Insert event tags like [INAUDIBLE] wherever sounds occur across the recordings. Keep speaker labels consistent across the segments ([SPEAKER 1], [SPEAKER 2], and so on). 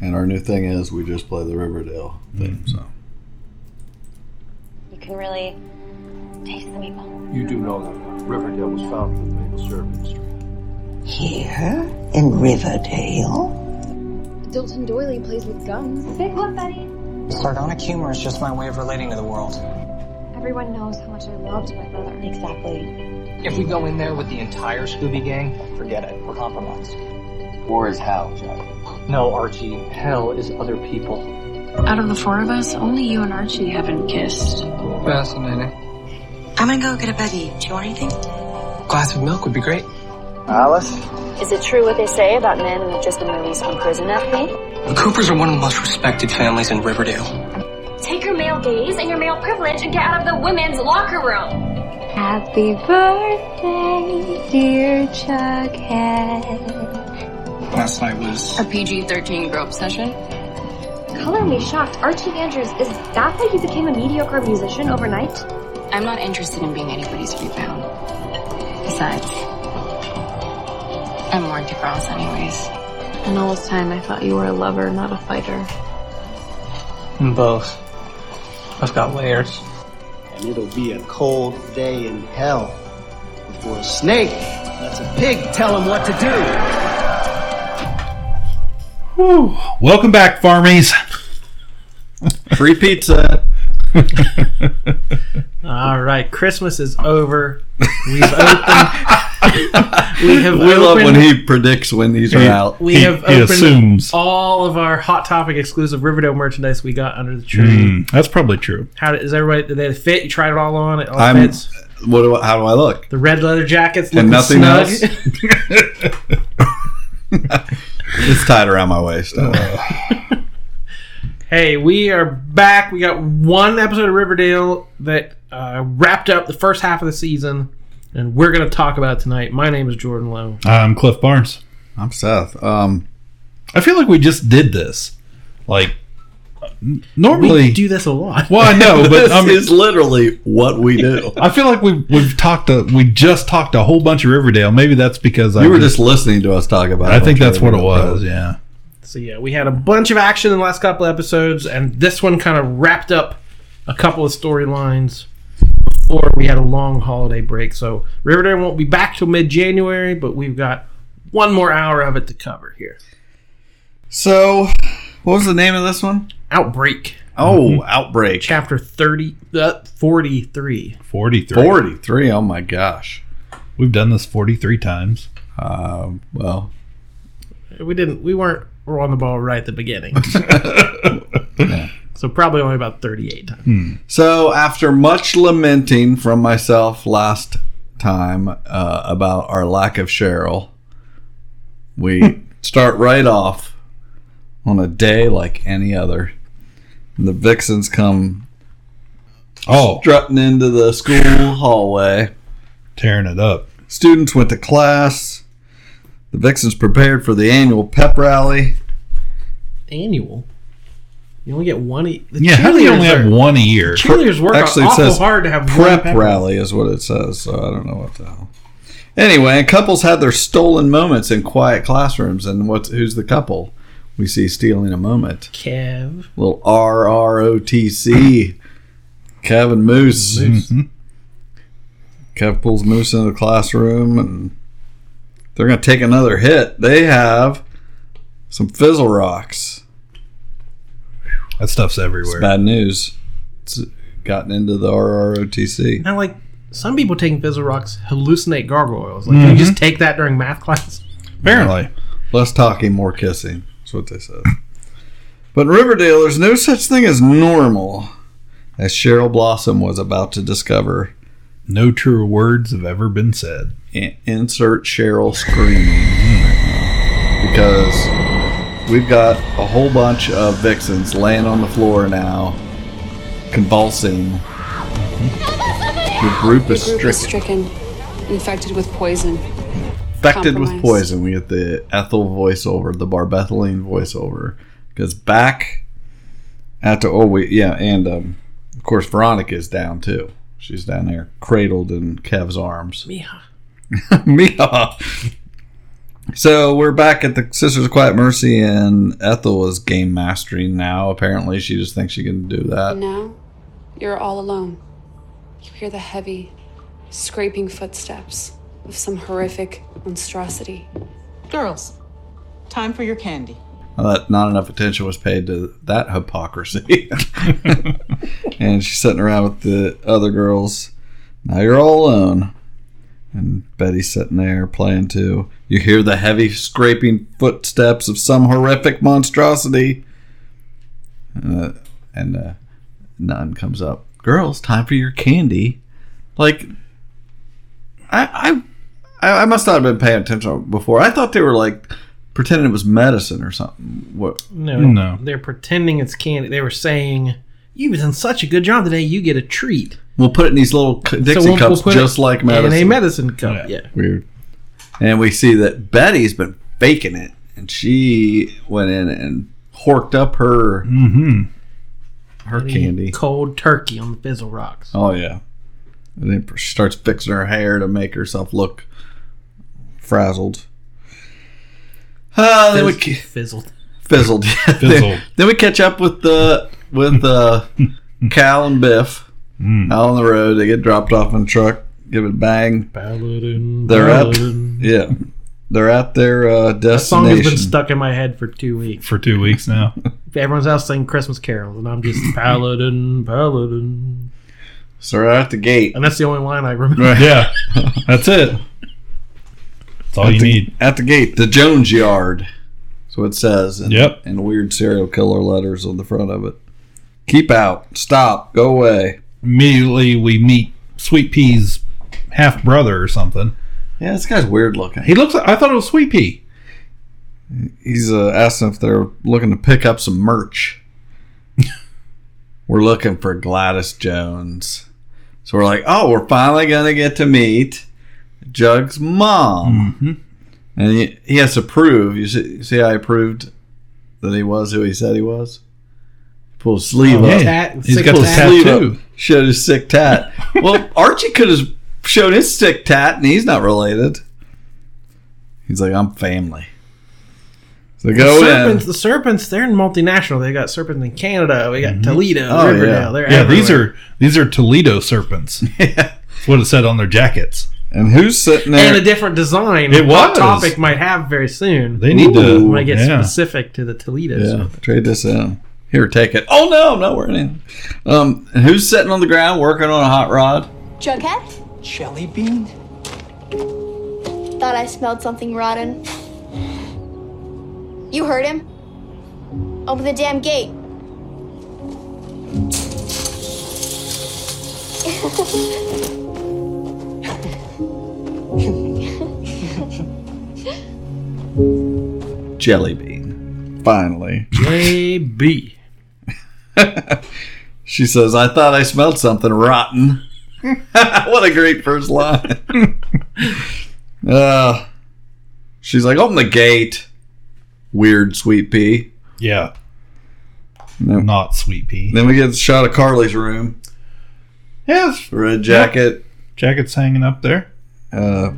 [SPEAKER 1] And our new thing is we just play the Riverdale
[SPEAKER 2] Mm.
[SPEAKER 1] theme. So
[SPEAKER 3] You can really taste the maple.
[SPEAKER 4] You do know that Riverdale was founded for the maple syrup industry.
[SPEAKER 5] Here in Riverdale?
[SPEAKER 6] Dilton Doily plays with guns.
[SPEAKER 3] Big one, buddy.
[SPEAKER 7] Sardonic humor is just my way of relating to the world.
[SPEAKER 6] Everyone knows how much I loved my brother.
[SPEAKER 3] Exactly.
[SPEAKER 7] If we go in there with the entire Scooby Gang, forget it. We're compromised.
[SPEAKER 8] War is hell, Jack.
[SPEAKER 7] No, Archie. Hell is other people.
[SPEAKER 9] Out of the four of us, only you and Archie haven't kissed.
[SPEAKER 7] Fascinating.
[SPEAKER 5] I'm gonna go get a bed eat. Do you want anything?
[SPEAKER 7] Glass of milk would be great.
[SPEAKER 8] Alice?
[SPEAKER 3] Is it true what they say about men with just the movies on prison acne?
[SPEAKER 7] The Coopers are one of the most respected families in Riverdale.
[SPEAKER 3] Take your male gaze and your male privilege and get out of the women's locker room.
[SPEAKER 6] Happy birthday, dear Jughead.
[SPEAKER 7] Last night was.
[SPEAKER 9] A PG 13 grow up session?
[SPEAKER 6] Color me shocked. Archie Andrews, is that how you became a mediocre musician overnight?
[SPEAKER 9] I'm not interested in being anybody's rebound. Besides, I'm Warren DeGrasse, anyways. And all this time, I thought you were a lover, not a fighter.
[SPEAKER 7] Both. I've got layers.
[SPEAKER 10] And it'll be a cold day in hell before a snake lets a pig tell him what to do.
[SPEAKER 2] Welcome back, farmies.
[SPEAKER 1] free pizza.
[SPEAKER 11] All right, Christmas is
[SPEAKER 1] [LAUGHS]
[SPEAKER 11] over. We've opened. we have.
[SPEAKER 1] We love
[SPEAKER 11] opened-
[SPEAKER 1] when he predicts when these are out.
[SPEAKER 11] We
[SPEAKER 2] He-
[SPEAKER 11] have
[SPEAKER 2] he
[SPEAKER 11] opened
[SPEAKER 2] assumes.
[SPEAKER 11] all of our hot topic exclusive Riverdale merchandise we got under the tree.
[SPEAKER 2] Mm, that's probably true.
[SPEAKER 11] How did, is everybody? Did they fit? You tried it all on. It all
[SPEAKER 1] I'm-
[SPEAKER 11] fits.
[SPEAKER 1] What do I, how do I look?
[SPEAKER 11] The red leather jackets
[SPEAKER 1] And
[SPEAKER 11] looking
[SPEAKER 1] nothing
[SPEAKER 11] snug.
[SPEAKER 1] else? [LAUGHS] It's tied around my waist. Uh,
[SPEAKER 11] [LAUGHS] Hey, we are back. We got one episode of Riverdale that uh, wrapped up the first half of the season, and we're going to talk about it tonight. My name is Jordan Lowe.
[SPEAKER 2] I'm Um, Cliff Barnes.
[SPEAKER 1] I'm Seth. Um,
[SPEAKER 2] I feel like we just did this. Like n- normally,
[SPEAKER 11] We do this a lot.
[SPEAKER 2] well, I know,
[SPEAKER 1] [LAUGHS]
[SPEAKER 2] but
[SPEAKER 1] this
[SPEAKER 2] I mean,
[SPEAKER 1] is literally what we do.
[SPEAKER 2] I feel like we we've talked a we just talked a whole bunch of Riverdale. Maybe that's because I
[SPEAKER 1] You were just listening to us talk about.
[SPEAKER 2] I
[SPEAKER 1] it.
[SPEAKER 2] think that's what it was. Yeah.
[SPEAKER 11] So yeah, we had a bunch of action in the last couple episodes, and this one kind of wrapped up a couple of storylines before we had a long holiday break. So Riverdale won't be back till mid-January, but we've got one more hour of it to cover here.
[SPEAKER 1] So, what was the name of this one?
[SPEAKER 11] Outbreak,
[SPEAKER 2] Mm-hmm.
[SPEAKER 1] Oh, outbreak.
[SPEAKER 11] chapter 30, uh, 43.
[SPEAKER 2] 43.
[SPEAKER 1] Forty-three. Oh my gosh.
[SPEAKER 2] We've done this 43 times.
[SPEAKER 1] Uh, well,
[SPEAKER 11] We didn't, we weren't were on the ball right at the
[SPEAKER 2] [LAUGHS]
[SPEAKER 11] beginning. [LAUGHS] So probably only about 38 times.
[SPEAKER 2] Hmm.
[SPEAKER 1] So, after much lamenting from myself last time uh, about our lack of Cheryl, we start right off on a day like any other. The Vixens come
[SPEAKER 2] Oh,
[SPEAKER 1] strutting into the school hallway.
[SPEAKER 2] tearing it up.
[SPEAKER 1] Students went to class. The Vixens prepared for the annual pep rally.
[SPEAKER 11] Annual. You only get one. E- the
[SPEAKER 2] Yeah, how do you only
[SPEAKER 11] cheerleaders
[SPEAKER 2] have
[SPEAKER 11] are-
[SPEAKER 2] one a year?
[SPEAKER 11] Cheerleaders work
[SPEAKER 1] Actually, it
[SPEAKER 11] awful
[SPEAKER 1] says
[SPEAKER 11] hard to have one
[SPEAKER 1] prep
[SPEAKER 11] pep-
[SPEAKER 1] rally is what it says. So I don't know what the hell. Anyway, couples had their stolen moments in quiet classrooms, and what's who's the couple we see stealing a moment?
[SPEAKER 11] Kev.
[SPEAKER 1] Little R R O T C, Kevin Moose. [LAUGHS]
[SPEAKER 2] Mhm.
[SPEAKER 1] Kev pulls Moose into the classroom, and they're gonna take another hit. They have some fizzle rocks.
[SPEAKER 2] That stuff's
[SPEAKER 1] It's
[SPEAKER 2] everywhere.
[SPEAKER 1] bad news. It's gotten into the RROTC.
[SPEAKER 11] Now, like some people taking fizzle rocks hallucinate gargoyles. Like, do
[SPEAKER 1] Mm-hmm.
[SPEAKER 11] you just take that during math class?
[SPEAKER 2] Apparently.
[SPEAKER 1] Less talking, more kissing. That's what they said. But in Riverdale, there's no such thing as normal, as Cheryl Blossom was about to discover.
[SPEAKER 2] No truer words have ever been said.
[SPEAKER 1] In- insert Cheryl screaming. Because we've got a whole bunch of vixens laying on the floor now, convulsing. The group is stricken.
[SPEAKER 9] stricken, infected with poison.
[SPEAKER 1] infected with
[SPEAKER 9] Compromise.
[SPEAKER 1] poison. We get the Ethel voiceover, the Barbethylene voiceover, because back at the oh we yeah, and um, of course Veronica is down too. She's down [LAUGHS] there cradled in Kev's arms.
[SPEAKER 11] Yeah.
[SPEAKER 1] Mia. So we're back at the Sisters of Quiet Mercy, and Ethel is game mastering now. Apparently, she just thinks she can do that.
[SPEAKER 12] And now, you're all alone. You hear the heavy, scraping footsteps of some horrific monstrosity.
[SPEAKER 13] Girls, time for your candy.
[SPEAKER 1] Well, that not enough attention was paid to that hypocrisy. [LAUGHS] and she's sitting around with the other girls. Now you're all alone. And Betty's sitting there playing too. You hear the heavy scraping footsteps of some horrific monstrosity. Uh, and uh, none comes up. Girls, time for your candy. Like, I, I, I I must not have been paying attention before. I thought they were like pretending it was medicine or something. What?
[SPEAKER 11] [LAUGHS] No, They're pretending it's candy. They were saying, "You've done such a good job today. You get a treat."
[SPEAKER 1] We'll put it in these little c- Dixie
[SPEAKER 11] we'll-
[SPEAKER 1] cups,
[SPEAKER 11] we'll put
[SPEAKER 1] just
[SPEAKER 11] it
[SPEAKER 1] like medicine.
[SPEAKER 11] In a medicine cup. Yeah.
[SPEAKER 1] Weird. And we see that Betty's been faking it, and she went in and horked up her
[SPEAKER 11] Mm.
[SPEAKER 1] her
[SPEAKER 11] Any
[SPEAKER 1] candy.
[SPEAKER 11] Cold turkey on the fizzle rocks.
[SPEAKER 1] Oh yeah. And then she starts fixing her hair to make herself look frazzled. Uh, then we
[SPEAKER 11] Fizz-
[SPEAKER 1] ca-
[SPEAKER 11] fizzled.
[SPEAKER 1] fizzled. [LAUGHS]
[SPEAKER 11] Fizzled.
[SPEAKER 1] then, then we catch up with the with
[SPEAKER 11] [LAUGHS]
[SPEAKER 1] uh, Cal and Biff
[SPEAKER 11] Mm.
[SPEAKER 1] out on the road. They get dropped off in a truck. Give it a bang.
[SPEAKER 11] Paladin,
[SPEAKER 1] They're at
[SPEAKER 11] paladin.
[SPEAKER 1] yeah. They're at their uh,
[SPEAKER 11] That song has been
[SPEAKER 1] destination.
[SPEAKER 11] stuck in my head for two weeks.
[SPEAKER 2] for two weeks now.
[SPEAKER 11] Everyone's out singing Christmas carols, and
[SPEAKER 1] [LAUGHS]
[SPEAKER 11] I'm just paladin, paladin,
[SPEAKER 1] So we're at the gate,
[SPEAKER 11] and that's the only line I remember.
[SPEAKER 1] [LAUGHS]
[SPEAKER 2] Yeah, that's it. That's all
[SPEAKER 1] at
[SPEAKER 2] you
[SPEAKER 1] the,
[SPEAKER 2] need.
[SPEAKER 1] at the gate, the Jones Yard. So it says. In,
[SPEAKER 2] Yep.
[SPEAKER 1] In weird serial killer letters on the front of it. Keep out. Stop. Go away.
[SPEAKER 2] Immediately we meet Sweet Pea's half brother or something.
[SPEAKER 1] Yeah, this guy's weird looking.
[SPEAKER 2] He looks. Like, I thought it was Sweet Pea.
[SPEAKER 1] He's uh, asking if they're looking to pick up some merch. we're looking for Gladys Jones. So we're like, oh, we're finally going to get to meet Jug's mom. And he, he has to prove. You see, you see how he proved that he was who he said he was? Pull his sleeve
[SPEAKER 11] Oh,
[SPEAKER 1] up.
[SPEAKER 11] tat-
[SPEAKER 1] He's
[SPEAKER 11] sick
[SPEAKER 1] got the
[SPEAKER 11] tat.
[SPEAKER 1] sleeve
[SPEAKER 11] tattoo.
[SPEAKER 1] up. Showed his sick tat.
[SPEAKER 11] [LAUGHS]
[SPEAKER 1] well, Archie could have shown his sick tat, and he's not related. He's like, I'm family. So go
[SPEAKER 11] the
[SPEAKER 1] in. [LAUGHS]
[SPEAKER 11] serpents, The serpents, they're multinational. They got serpents in Canada. We got Toledo,
[SPEAKER 2] Oh,
[SPEAKER 11] Riverdale.
[SPEAKER 2] yeah.
[SPEAKER 11] They're
[SPEAKER 2] Yeah, these
[SPEAKER 11] everywhere.
[SPEAKER 2] are these are Toledo serpents. That's what it said on their jackets.
[SPEAKER 1] And who's sitting
[SPEAKER 11] and a different design.
[SPEAKER 2] It
[SPEAKER 11] Hot
[SPEAKER 2] was.
[SPEAKER 11] topic might have very soon.
[SPEAKER 2] They need to-
[SPEAKER 11] when I get
[SPEAKER 2] yeah.
[SPEAKER 11] specific to the Toledo.
[SPEAKER 1] Yeah, trade this in. Here, take it. Oh no, no, we're in. Um, and who's sitting on the ground working on a hot rod?
[SPEAKER 13] Jughead? Jelly bean?
[SPEAKER 14] Thought I smelled something rotten. You heard him? Open the damn gate.
[SPEAKER 1] Jelly bean. Finally, [LAUGHS]
[SPEAKER 11] JB.
[SPEAKER 1] she says, "I thought I smelled something rotten." [LAUGHS] what a great first line. [LAUGHS] uh, she's like, "Open the gate." Weird, sweet pea.
[SPEAKER 2] Yeah. Not Sweet Pea.
[SPEAKER 1] Then we get a shot of Carly's room.
[SPEAKER 2] Yes.
[SPEAKER 1] Red jacket.
[SPEAKER 2] Jacket's hanging up there.
[SPEAKER 1] Uh,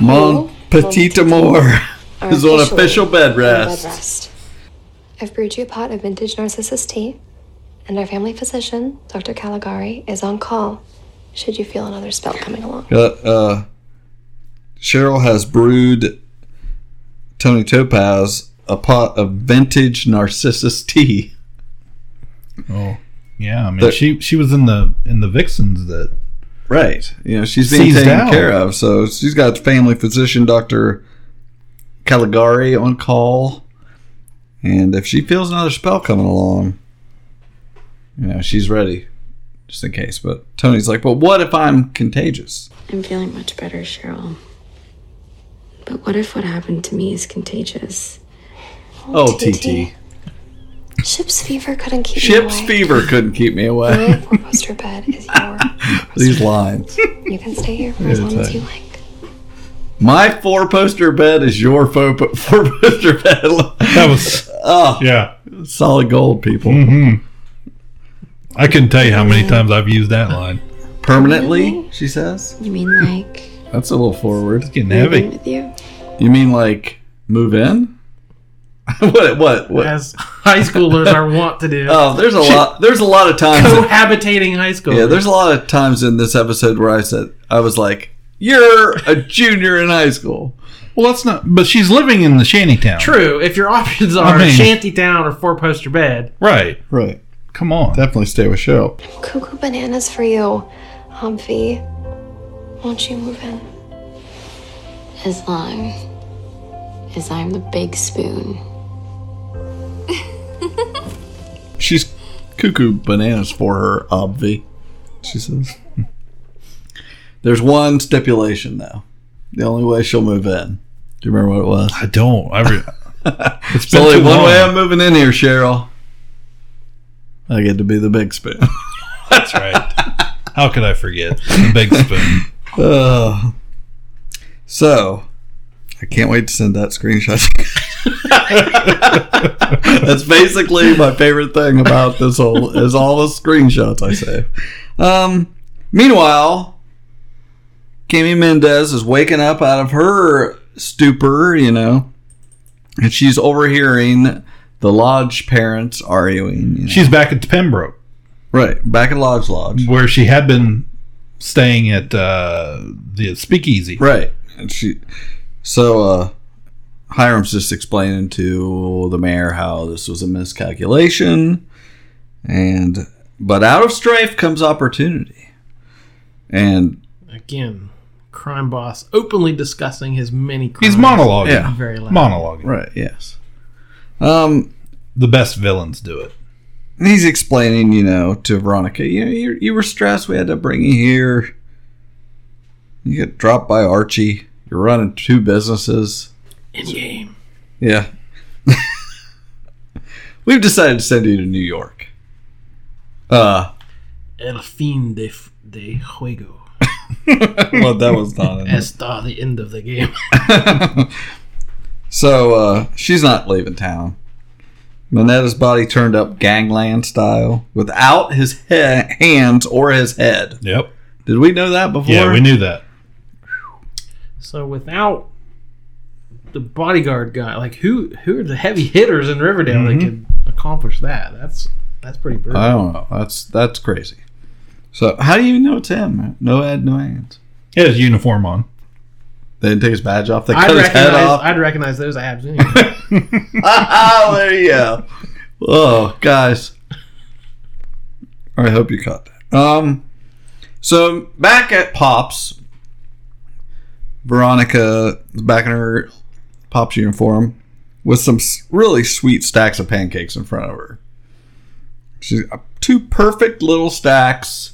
[SPEAKER 1] Mon petit amour [LAUGHS]
[SPEAKER 3] Our
[SPEAKER 1] is on
[SPEAKER 3] official
[SPEAKER 1] official bed rest.
[SPEAKER 3] Bed rest. I've brewed you a pot of vintage narcissus tea, and our family physician, Dr. Caligari, is on call should you feel another spell coming along.
[SPEAKER 1] Uh, uh, Cheryl has brewed Tony Topaz a pot of vintage narcissus tea.
[SPEAKER 2] Oh, yeah. I mean,
[SPEAKER 1] There-
[SPEAKER 2] she she was in the in the Vixens that
[SPEAKER 1] Right. You know, she's being
[SPEAKER 2] Seized
[SPEAKER 1] taken
[SPEAKER 2] out.
[SPEAKER 1] care of. So she's got family physician Dr. Caligari on call. And if she feels another spell coming along, you know, she's ready just in case. But Tony's like, but what if I'm contagious?
[SPEAKER 9] I'm feeling much better, Cheryl. But what if what happened to me is contagious?
[SPEAKER 1] Oh, TT.
[SPEAKER 3] Ship's fever couldn't keep
[SPEAKER 1] Ship's
[SPEAKER 3] me away.
[SPEAKER 1] fever couldn't keep me [LAUGHS]
[SPEAKER 3] Your
[SPEAKER 1] away.
[SPEAKER 3] four-poster bed is
[SPEAKER 1] [LAUGHS]
[SPEAKER 3] yours.
[SPEAKER 1] These lines.
[SPEAKER 3] You can stay here for as
[SPEAKER 1] Yeah,
[SPEAKER 3] long as
[SPEAKER 1] thanks.
[SPEAKER 3] you like.
[SPEAKER 1] My four poster bed is your four, po- [LAUGHS] four poster bed. [LAUGHS] that
[SPEAKER 2] [LAUGHS] was
[SPEAKER 1] oh
[SPEAKER 2] yeah,
[SPEAKER 1] solid gold, people.
[SPEAKER 2] Mm-hmm. I couldn't tell you how many times I've used that line.
[SPEAKER 1] Permanently, she says.
[SPEAKER 9] You mean like
[SPEAKER 1] That's a little forward.
[SPEAKER 2] It's getting
[SPEAKER 9] living
[SPEAKER 2] heavy.
[SPEAKER 9] with you?
[SPEAKER 1] You mean like move in? [LAUGHS] what? What? What?
[SPEAKER 11] As high schoolers are wont to do.
[SPEAKER 1] [LAUGHS] Oh, there's a lot. There's a lot of times. that-
[SPEAKER 11] Cohabitating high schoolers.
[SPEAKER 1] yeah, there's a lot of times in this episode where I said I was like, "You're a junior in high school."
[SPEAKER 2] Well, that's not. But she's living in the shanty town.
[SPEAKER 11] True. If your options
[SPEAKER 2] I
[SPEAKER 11] are
[SPEAKER 2] mean-
[SPEAKER 11] shanty town or four poster bed,
[SPEAKER 2] Right.
[SPEAKER 1] Right.
[SPEAKER 2] Come on.
[SPEAKER 1] Definitely stay with Cheryl.
[SPEAKER 3] Cuckoo bananas for you, Humphrey. Won't you move in?
[SPEAKER 9] As long as I'm the big spoon.
[SPEAKER 1] She's cuckoo bananas for her, obvi. She says. [LAUGHS] There's one stipulation though. The only way she'll move in. Do you remember what it was?
[SPEAKER 2] I don't. I re-
[SPEAKER 1] it's
[SPEAKER 2] been
[SPEAKER 1] only
[SPEAKER 2] too
[SPEAKER 1] one
[SPEAKER 2] long.
[SPEAKER 1] way I'm moving in here, Cheryl. I get to be the big spoon.
[SPEAKER 2] [LAUGHS] That's right. How could I forget? The big spoon.
[SPEAKER 1] Ugh. so, I can't wait to send that screenshot. [LAUGHS] That's basically my favorite thing about this whole is all the screenshots I save. Um, meanwhile, Cami Mendez is waking up out of her stupor, you know, and she's overhearing the lodge parents arguing. you know.
[SPEAKER 2] She's back at Pembroke,
[SPEAKER 1] right back at Lodge Lodge.
[SPEAKER 2] where she had been staying at uh, the speakeasy.
[SPEAKER 1] Right. And she so uh Hiram's just explaining to the mayor how this was a miscalculation and but out of strife comes opportunity. And
[SPEAKER 11] again, crime boss openly discussing his many crimes.
[SPEAKER 2] He's monologuing.
[SPEAKER 1] Yeah.
[SPEAKER 11] Very loud.
[SPEAKER 2] Monologuing.
[SPEAKER 1] right, yes. Um
[SPEAKER 2] The best villains do it.
[SPEAKER 1] he's explaining, you know, to Veronica, you know, you, you were stressed, we had to bring you here. You get dropped by Archie. You're running two businesses.
[SPEAKER 11] In game.
[SPEAKER 1] Yeah. [LAUGHS] We've decided to send you to New York. Uh [LAUGHS]
[SPEAKER 11] El fin de, f- de juego.
[SPEAKER 1] well that was not in
[SPEAKER 11] Está the end of the game. [LAUGHS]
[SPEAKER 1] [LAUGHS] So uh she's not leaving town. Manetta's body turned up gangland style without his he- hands or his head.
[SPEAKER 2] Yep.
[SPEAKER 1] Did we know that before?
[SPEAKER 2] Yeah, we knew that.
[SPEAKER 11] So without the bodyguard guy, like who who are the heavy hitters in Riverdale
[SPEAKER 1] Mm-hmm.
[SPEAKER 11] that can accomplish that? That's that's pretty brutal.
[SPEAKER 1] I don't know. That's that's crazy. So how do you even know it's him? No head, no hands.
[SPEAKER 2] He had his uniform on.
[SPEAKER 1] They didn't take his badge off. They
[SPEAKER 11] I'd
[SPEAKER 1] cut his head
[SPEAKER 11] recognize,
[SPEAKER 1] off.
[SPEAKER 11] I'd recognize those abs anyway.
[SPEAKER 1] oh, there you go. Oh, guys. I hope you caught that. Um, so back at Pops, Veronica is back in her Pops uniform with some s- really sweet stacks of pancakes in front of her. She's got two perfect little stacks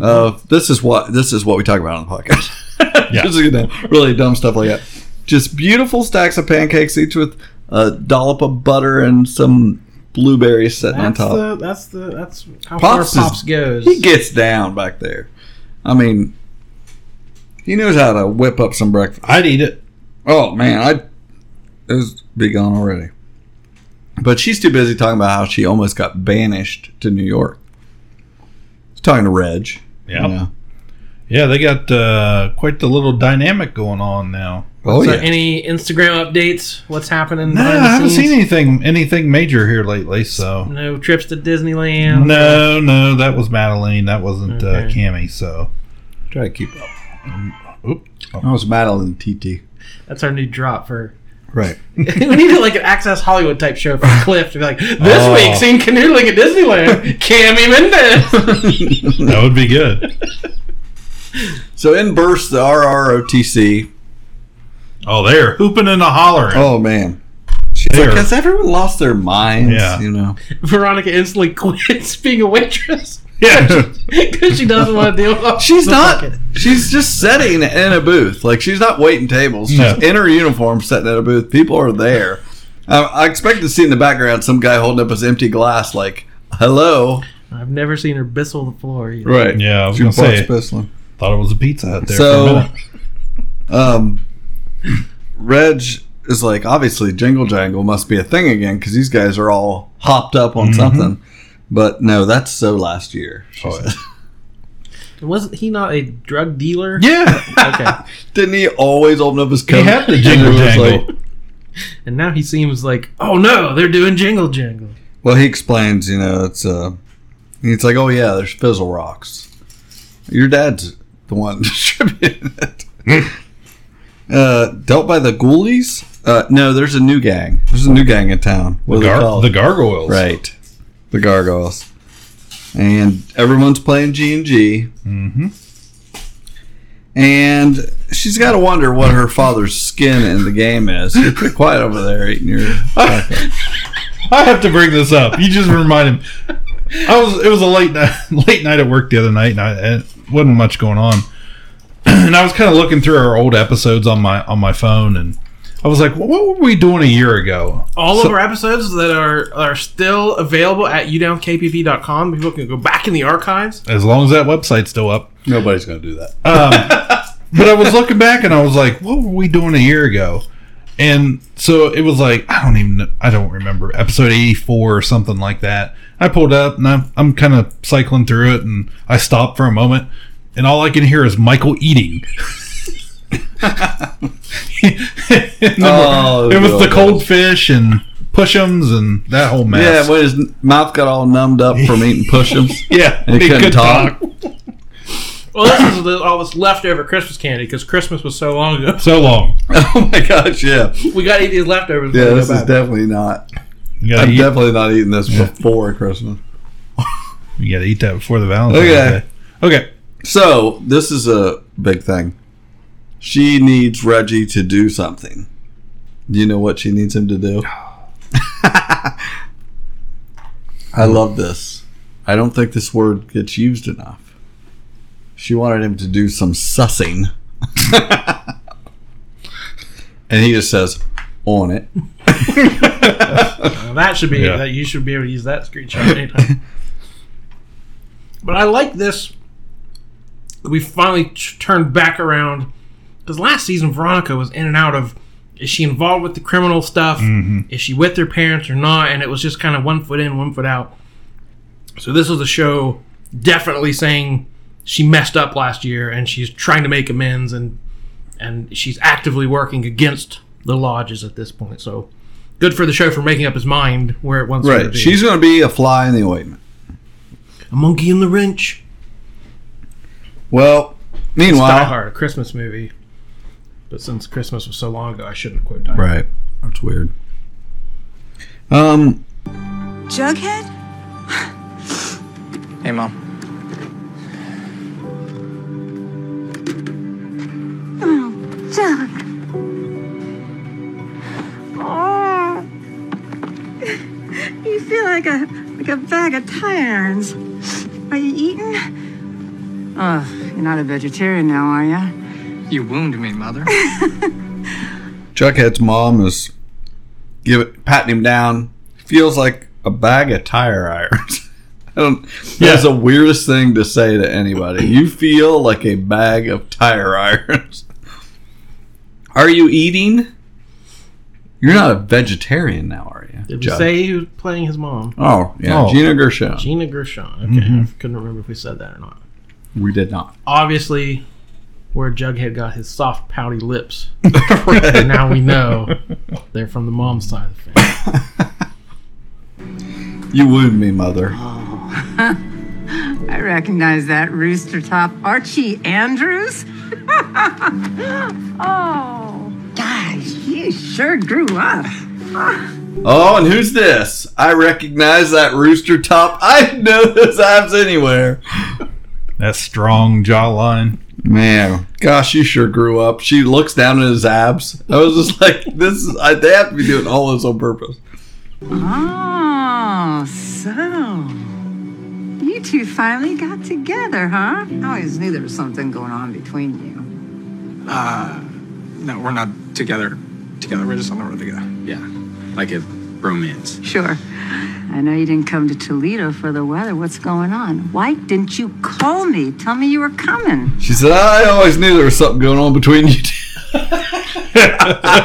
[SPEAKER 1] of this is what this is what we talk about on the podcast. [LAUGHS]
[SPEAKER 2] Yeah.
[SPEAKER 1] this is gonna- really dumb stuff like that. Just beautiful stacks of pancakes, each with a dollop of butter and some blueberries sitting [LAUGHS]
[SPEAKER 11] that's
[SPEAKER 1] on top.
[SPEAKER 11] the that's the that's how
[SPEAKER 1] Pops
[SPEAKER 11] far
[SPEAKER 1] is-
[SPEAKER 11] Pops goes.
[SPEAKER 1] He gets down back there. I mean, he knows how to whip up some breakfast.
[SPEAKER 2] I'd eat it.
[SPEAKER 1] Oh man, I it was be gone already. But she's too busy talking about how she almost got banished to New York. She's talking to Reg.
[SPEAKER 2] Yeah. Yeah, they got uh, quite the little dynamic going on now.
[SPEAKER 1] Oh
[SPEAKER 11] so
[SPEAKER 1] yeah.
[SPEAKER 11] any Instagram updates? What's happening?
[SPEAKER 2] No,
[SPEAKER 11] behind
[SPEAKER 2] I
[SPEAKER 11] the
[SPEAKER 2] haven't
[SPEAKER 11] scenes?
[SPEAKER 2] seen anything anything major here lately. So
[SPEAKER 11] No trips to Disneyland.
[SPEAKER 2] no, no, that was Madeline. That wasn't uh,
[SPEAKER 11] Okay.
[SPEAKER 2] Cammy. So
[SPEAKER 1] Try to keep up.
[SPEAKER 2] oop.
[SPEAKER 1] I was Madeline TT.
[SPEAKER 11] That's our new drop for.
[SPEAKER 1] [LAUGHS] Right.
[SPEAKER 11] [LAUGHS] we need like an Access Hollywood type show for Cliff to be like, this
[SPEAKER 1] Oh.
[SPEAKER 11] week, seen canoodling at Disneyland, Cammy Mendez. [LAUGHS]
[SPEAKER 2] that would be good.
[SPEAKER 1] So in bursts the RROTC.
[SPEAKER 2] Oh, they're hooping and a hollering.
[SPEAKER 1] Oh man. She's
[SPEAKER 2] There.
[SPEAKER 1] like, has everyone lost their minds?
[SPEAKER 2] Yeah.
[SPEAKER 1] You know.
[SPEAKER 11] Veronica instantly [LAUGHS] quits being a waitress
[SPEAKER 2] [LAUGHS]
[SPEAKER 11] [LAUGHS]
[SPEAKER 2] Yeah,
[SPEAKER 11] because she doesn't want to deal
[SPEAKER 1] [LAUGHS]
[SPEAKER 11] with
[SPEAKER 1] She's
[SPEAKER 11] the
[SPEAKER 1] not.
[SPEAKER 11] fucking-
[SPEAKER 1] She's just sitting in a booth. Like she's not waiting tables. She's
[SPEAKER 2] No.
[SPEAKER 1] in her uniform, sitting at a booth. People are there. I, I expect to see in the background some guy holding up his empty glass, like "Hello."
[SPEAKER 11] I've never seen her bissel the floor either.
[SPEAKER 1] Right.
[SPEAKER 2] yeah. I was
[SPEAKER 1] She
[SPEAKER 2] gonna
[SPEAKER 1] barks
[SPEAKER 2] say,
[SPEAKER 1] whistling.
[SPEAKER 2] thought it was a pizza hut there. for a
[SPEAKER 1] So,
[SPEAKER 2] minute.
[SPEAKER 1] um, Reg is like, obviously, Jingle Jangle must be a thing again because these guys are all [LAUGHS] hopped up on something. But no, that's so last year. she
[SPEAKER 2] Mm-hmm. Oh,
[SPEAKER 1] said.
[SPEAKER 11] Wasn't he not a drug dealer?
[SPEAKER 2] Yeah.
[SPEAKER 11] okay.
[SPEAKER 1] [LAUGHS] Didn't he always open up his coat?
[SPEAKER 2] had the
[SPEAKER 1] And
[SPEAKER 2] jingle
[SPEAKER 1] it was
[SPEAKER 2] jangle.
[SPEAKER 1] like-
[SPEAKER 11] And now he seems like, oh no, they're doing jingle jangle.
[SPEAKER 1] well, he explains, you know, it's uh, it's like, oh yeah, there's Fizzle Rocks. Your dad's the one [LAUGHS] distributing it.
[SPEAKER 2] Hmm.
[SPEAKER 1] uh, dealt by the Ghoulies. Uh, no, there's a new gang. There's a new gang in town. What are they
[SPEAKER 2] The gar-
[SPEAKER 1] called?
[SPEAKER 2] the Gargoyles.
[SPEAKER 1] Right. The Gargoyles. And everyone's playing G and G.
[SPEAKER 2] Mm-hmm.
[SPEAKER 1] And she's got to wonder what her father's skin in the game is. You're pretty quiet over there eating your.
[SPEAKER 2] I have to bring this up. You just remind him. I was. It was a late night. [LAUGHS] Late night at work the other night, and I and it wasn't much going on. [CLEARS THROAT] And I was kind of looking through our old episodes on my on my phone, and I was like, "What were we doing a year ago?"
[SPEAKER 11] All
[SPEAKER 2] So-
[SPEAKER 11] of our episodes that are are still available at udownkpp.com. People can go back in the archives.
[SPEAKER 2] as long as that website's still up.
[SPEAKER 1] Nobody's going to do that.
[SPEAKER 2] but I was looking back and I was like, what were we doing a year ago? And so it was like, I don't even, know, I don't remember, episode 84 or something like that. I pulled up and I'm, I'm kind of cycling through it and I stopped for a moment and all I can hear is Michael eating. [LAUGHS] And then
[SPEAKER 1] Oh,
[SPEAKER 2] it was the
[SPEAKER 1] God.
[SPEAKER 2] cold fish and pushums and that whole mess.
[SPEAKER 1] Yeah, when his mouth got all numbed up from eating push-ups.
[SPEAKER 2] Yeah,
[SPEAKER 1] and he couldn't, talk.
[SPEAKER 11] Well, this is the, all this leftover Christmas candy because Christmas was so long ago. [LAUGHS]
[SPEAKER 2] So long.
[SPEAKER 1] [LAUGHS] Oh my gosh! Yeah,
[SPEAKER 11] We got to eat these leftovers.
[SPEAKER 1] yeah.
[SPEAKER 11] before we
[SPEAKER 1] This
[SPEAKER 11] go
[SPEAKER 1] is
[SPEAKER 11] back.
[SPEAKER 1] definitely not.
[SPEAKER 2] gotta
[SPEAKER 1] I'm
[SPEAKER 2] eat-
[SPEAKER 1] definitely not eating this before Christmas.
[SPEAKER 2] You got to eat that before the Valentine's
[SPEAKER 1] Okay.
[SPEAKER 2] Day. Okay.
[SPEAKER 1] So this is a big thing. She needs Reggie to do something. Do you know what she needs him to
[SPEAKER 11] [LAUGHS]
[SPEAKER 1] do? I love this. I don't think this word gets used enough. She wanted him to do some sussing. [LAUGHS] and he just says, on it.
[SPEAKER 11] Now, that should be
[SPEAKER 1] Yeah.
[SPEAKER 11] that you should be able to use that screenshot anytime. but I like this. We finally t- turned back around because last season Veronica was in and out of. Is she involved with the criminal stuff? Is she with her parents or not? And it was just kind of one foot in, one foot out. So this was a show definitely saying she messed up last year and she's trying to make amends and and she's actively working against the lodges at this point. So good for the show for making up his mind where it wants her to
[SPEAKER 1] Right.
[SPEAKER 11] be.
[SPEAKER 1] She's going to be a fly in the ointment.
[SPEAKER 11] a monkey in the wrench.
[SPEAKER 1] Well, meanwhile.
[SPEAKER 11] it's Die Hard, a Christmas movie. But since Christmas was so long ago, I shouldn't have quit Die Hard.
[SPEAKER 1] Right. That's weird. Um,
[SPEAKER 5] Jughead?
[SPEAKER 7] Hey, Mom.
[SPEAKER 5] Oh, Jug. Oh. You feel like a like a bag of tires. Are you eating?
[SPEAKER 13] Ugh, you're not a vegetarian now, are you?
[SPEAKER 7] You wound me, Mother.
[SPEAKER 1] Jughead's mom is give patting him down. Feels like a bag of tire irons. [LAUGHS] I don't. That's the weirdest thing to say to anybody. You feel like a bag of tire irons. [LAUGHS] Are you eating? You're not a vegetarian now, are you?
[SPEAKER 11] Did we
[SPEAKER 1] Jug?
[SPEAKER 11] say he was playing his mom?
[SPEAKER 1] Oh, Mm-hmm. yeah, Oh. Gina Gershon.
[SPEAKER 11] Gina Gershon. Okay, I couldn't remember if we said that or not.
[SPEAKER 1] we did not?
[SPEAKER 11] Obviously, where Jughead got his soft, pouty
[SPEAKER 1] [LAUGHS]
[SPEAKER 11] [LAUGHS] lips. And now we know they're from the mom's side of the family.
[SPEAKER 1] You wound me, mother.
[SPEAKER 13] I recognize that rooster top Archie Andrews. [LAUGHS] oh, gosh, you sure grew up.
[SPEAKER 1] Oh, and who's this? I recognize that rooster top. I know those abs anywhere.
[SPEAKER 2] That strong jawline.
[SPEAKER 1] Man, gosh, you sure grew up. She looks down at his abs. I was just like, this is, I, they have to be doing all this on purpose.
[SPEAKER 13] Oh, so you two finally got together, huh? I always knew there was something going on between you.
[SPEAKER 15] Uh, no, we're not together. Together, we're just on the road together. Yeah, like a romance.
[SPEAKER 13] Sure. I know you didn't come to Toledo for the weather. What's going on? Why didn't you call me? Tell me you were coming.
[SPEAKER 1] She said, I always knew there was something going on between you two. [LAUGHS]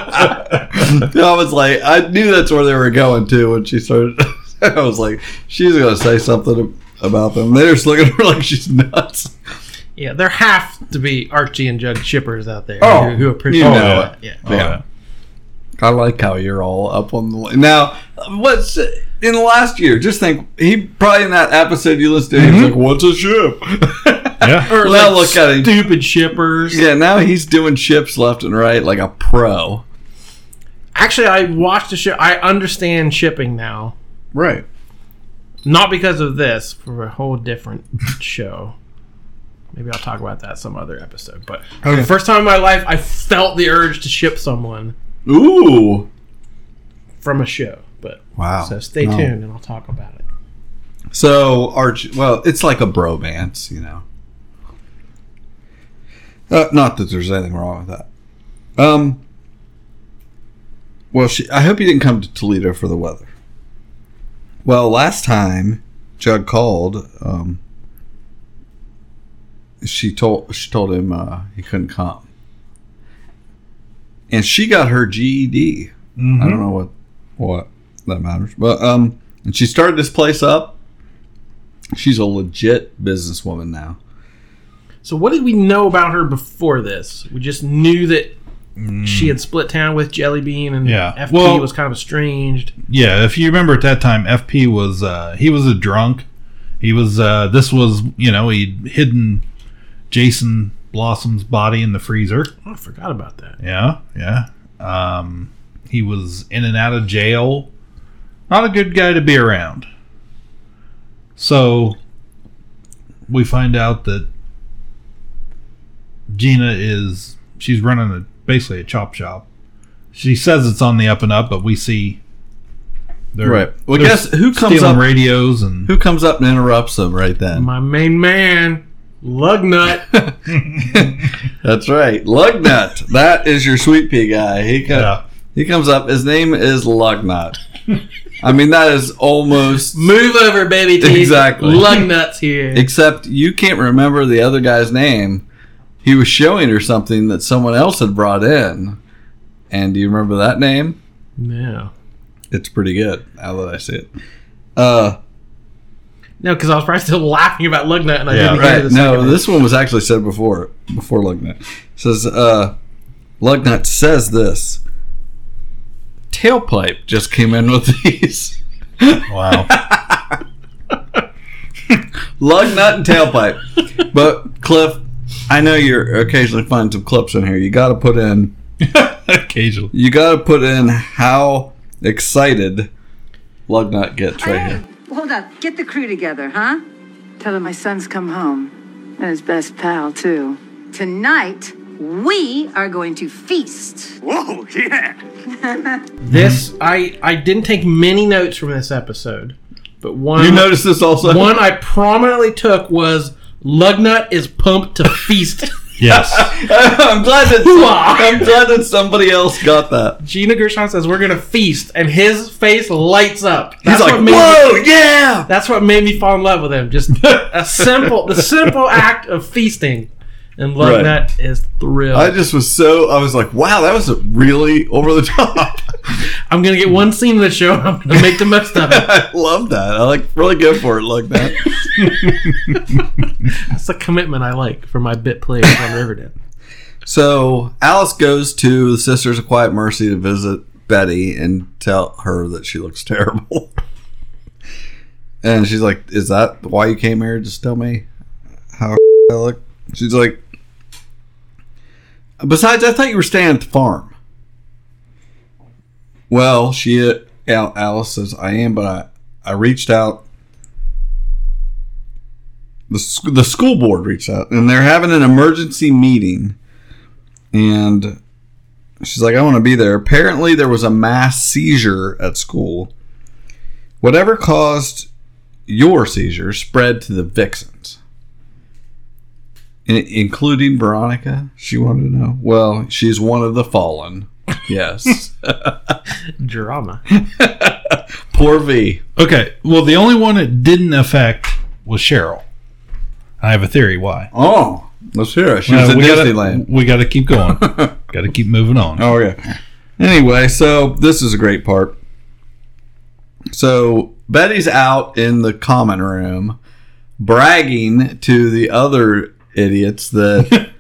[SPEAKER 1] I was like, I knew that's where they were going to when she started. [LAUGHS] I was like, she's going to say something about them. They're just looking at her like she's nuts.
[SPEAKER 11] Yeah, there have to be Archie and Judge shippers out there
[SPEAKER 1] Oh,
[SPEAKER 11] who, who appreciate
[SPEAKER 1] you know
[SPEAKER 11] that.
[SPEAKER 1] it.
[SPEAKER 11] Yeah.
[SPEAKER 1] Yeah. I like how you're all up on the now. What's in the last year? Just think, he probably in that episode you listened to, he was like, "What's a ship?" [LAUGHS]
[SPEAKER 2] Yeah.
[SPEAKER 11] Or
[SPEAKER 1] now
[SPEAKER 11] like
[SPEAKER 1] look at him,
[SPEAKER 11] stupid shippers.
[SPEAKER 1] Yeah, now he's doing ships left and right like a pro.
[SPEAKER 11] Actually, I watched the show. I understand shipping now.
[SPEAKER 1] Right.
[SPEAKER 11] Not because of this, for a whole different show. Maybe I'll talk about that some other episode. But for
[SPEAKER 1] Okay.
[SPEAKER 11] the first time in my life, I felt the urge to ship someone
[SPEAKER 1] Ooh.
[SPEAKER 11] from a show. But
[SPEAKER 1] Wow.
[SPEAKER 11] So stay
[SPEAKER 1] No.
[SPEAKER 11] tuned, and I'll talk about it.
[SPEAKER 1] So Arch, well, it's like a bromance, you know. Uh, not that there's anything wrong with that. Um. Well, she, I hope you didn't come to Toledo for the weather. Well, last time Jug called, um, she told she told him uh, he couldn't come, and she got her GED. I don't know what what that matters, but um, and she started this place up. She's a legit businesswoman now.
[SPEAKER 11] So what did we know about her before this? We just knew that
[SPEAKER 1] Mm.
[SPEAKER 11] she had split town with Jellybean, and
[SPEAKER 2] Yeah.
[SPEAKER 11] FP
[SPEAKER 2] Well-
[SPEAKER 11] was kind of estranged.
[SPEAKER 2] Yeah, if you remember at that time, FP was uh, he was a drunk. He was uh, this was you know he'd hidden Jason Blossom's body in the freezer.
[SPEAKER 11] Oh, I forgot about that.
[SPEAKER 2] Yeah, yeah. Um, he was in and out of jail. Not a good guy to be around. So we find out that Gina is she's running a basically a chop shop. She says it's on the up and up, but we see they're-
[SPEAKER 1] right. Well,
[SPEAKER 2] they're
[SPEAKER 1] guess who comes
[SPEAKER 2] stealing
[SPEAKER 1] up
[SPEAKER 2] radios and
[SPEAKER 1] who comes up and interrupts them right then?
[SPEAKER 11] My main man,
[SPEAKER 1] [LAUGHS]
[SPEAKER 11] Lugnut.
[SPEAKER 1] That's right, Lugnut. that is your sweet pea guy. He co-
[SPEAKER 2] Yeah.
[SPEAKER 1] he comes up. His name is Lugnut. I mean, that is almost
[SPEAKER 11] Move over, baby teeth.
[SPEAKER 1] Exactly.
[SPEAKER 11] Lugnut's here.
[SPEAKER 1] Except you can't remember the other guy's name. He was showing her something that someone else had brought in. And do you remember that name?
[SPEAKER 11] no.
[SPEAKER 1] It's pretty good now that I see it. Uh,
[SPEAKER 11] No, because I was probably still [LAUGHS] laughing about Lugnut, and I didn't hear
[SPEAKER 1] right.
[SPEAKER 11] this.
[SPEAKER 1] No, this one was actually said before before Lugnut. Says uh, Lugnut says this. Tailpipe just came in with [LAUGHS] these.
[SPEAKER 2] Wow.
[SPEAKER 1] lug nut and [LAUGHS] tailpipe. But Cliff, I know you're occasionally finding some clips in here. You got to put in.
[SPEAKER 2] [LAUGHS] occasionally.
[SPEAKER 1] You got to put in how excited lug nut gets right here.
[SPEAKER 13] Hold up. Get the crew together, huh? Tell him my son's come home. And his best pal, too. Tonight, we are going to feast. Whoa, yeah.
[SPEAKER 1] Mhm.
[SPEAKER 11] This I I didn't take many notes from this episode, but one
[SPEAKER 1] You noticed this
[SPEAKER 11] [LAUGHS]
[SPEAKER 1] also?
[SPEAKER 11] One I prominently took was Lugnut is pumped to feast.
[SPEAKER 2] Yes.
[SPEAKER 1] [LAUGHS] I'm glad that
[SPEAKER 11] Hoo-ah!
[SPEAKER 1] I'm glad that somebody else got that.
[SPEAKER 11] [LAUGHS] Gina Gershon says we're gonna feast, and his face lights up.
[SPEAKER 1] He's like,
[SPEAKER 11] made
[SPEAKER 1] "Whoa,
[SPEAKER 11] me,
[SPEAKER 1] yeah!"
[SPEAKER 11] That's what made me fall in love with him. [LAUGHS] Just a simple, the simple act of feasting, and
[SPEAKER 1] Right.
[SPEAKER 11] Lugnut is thrilled.
[SPEAKER 1] I just was so I was like, wow, that was really over the top. [LAUGHS]
[SPEAKER 11] I'm gonna get one scene in the show. [LAUGHS] and I'm gonna make the most of [LAUGHS] it.
[SPEAKER 1] I love that. I like really good for it like that.
[SPEAKER 11] That's the commitment I like for my bit players on Riverdale.
[SPEAKER 1] So Alice goes to the Sisters of Quiet Mercy to visit Betty and tell her that she looks [LAUGHS] terrible. and she's like, "Is that why you came here? Just tell me how I look." She's like, "Besides, I thought you were staying at the farm." Well, she Al- Alice says, "I am, but I I reached out the, sc- the school board reached out and they're having an emergency meeting and she's like i want to be there apparently there was a mass seizure at school whatever caused your seizure spread to the vixens I- including veronica she wanted to know well she's one of the fallen
[SPEAKER 2] [LAUGHS]
[SPEAKER 1] yes
[SPEAKER 11] [LAUGHS] Drama.
[SPEAKER 1] poor v
[SPEAKER 2] [LAUGHS] Okay. Well, the only one it didn't affect was Cheryl. I have a theory why.
[SPEAKER 1] oh let's hear it she
[SPEAKER 2] Uh,
[SPEAKER 1] was at
[SPEAKER 2] we gotta-
[SPEAKER 1] disneyland
[SPEAKER 2] we got to
[SPEAKER 1] [LAUGHS]
[SPEAKER 2] keep going. got to keep moving on.
[SPEAKER 1] Oh yeah. Anyway, so this is a great part. So Betty's out in the common room bragging to the other idiots that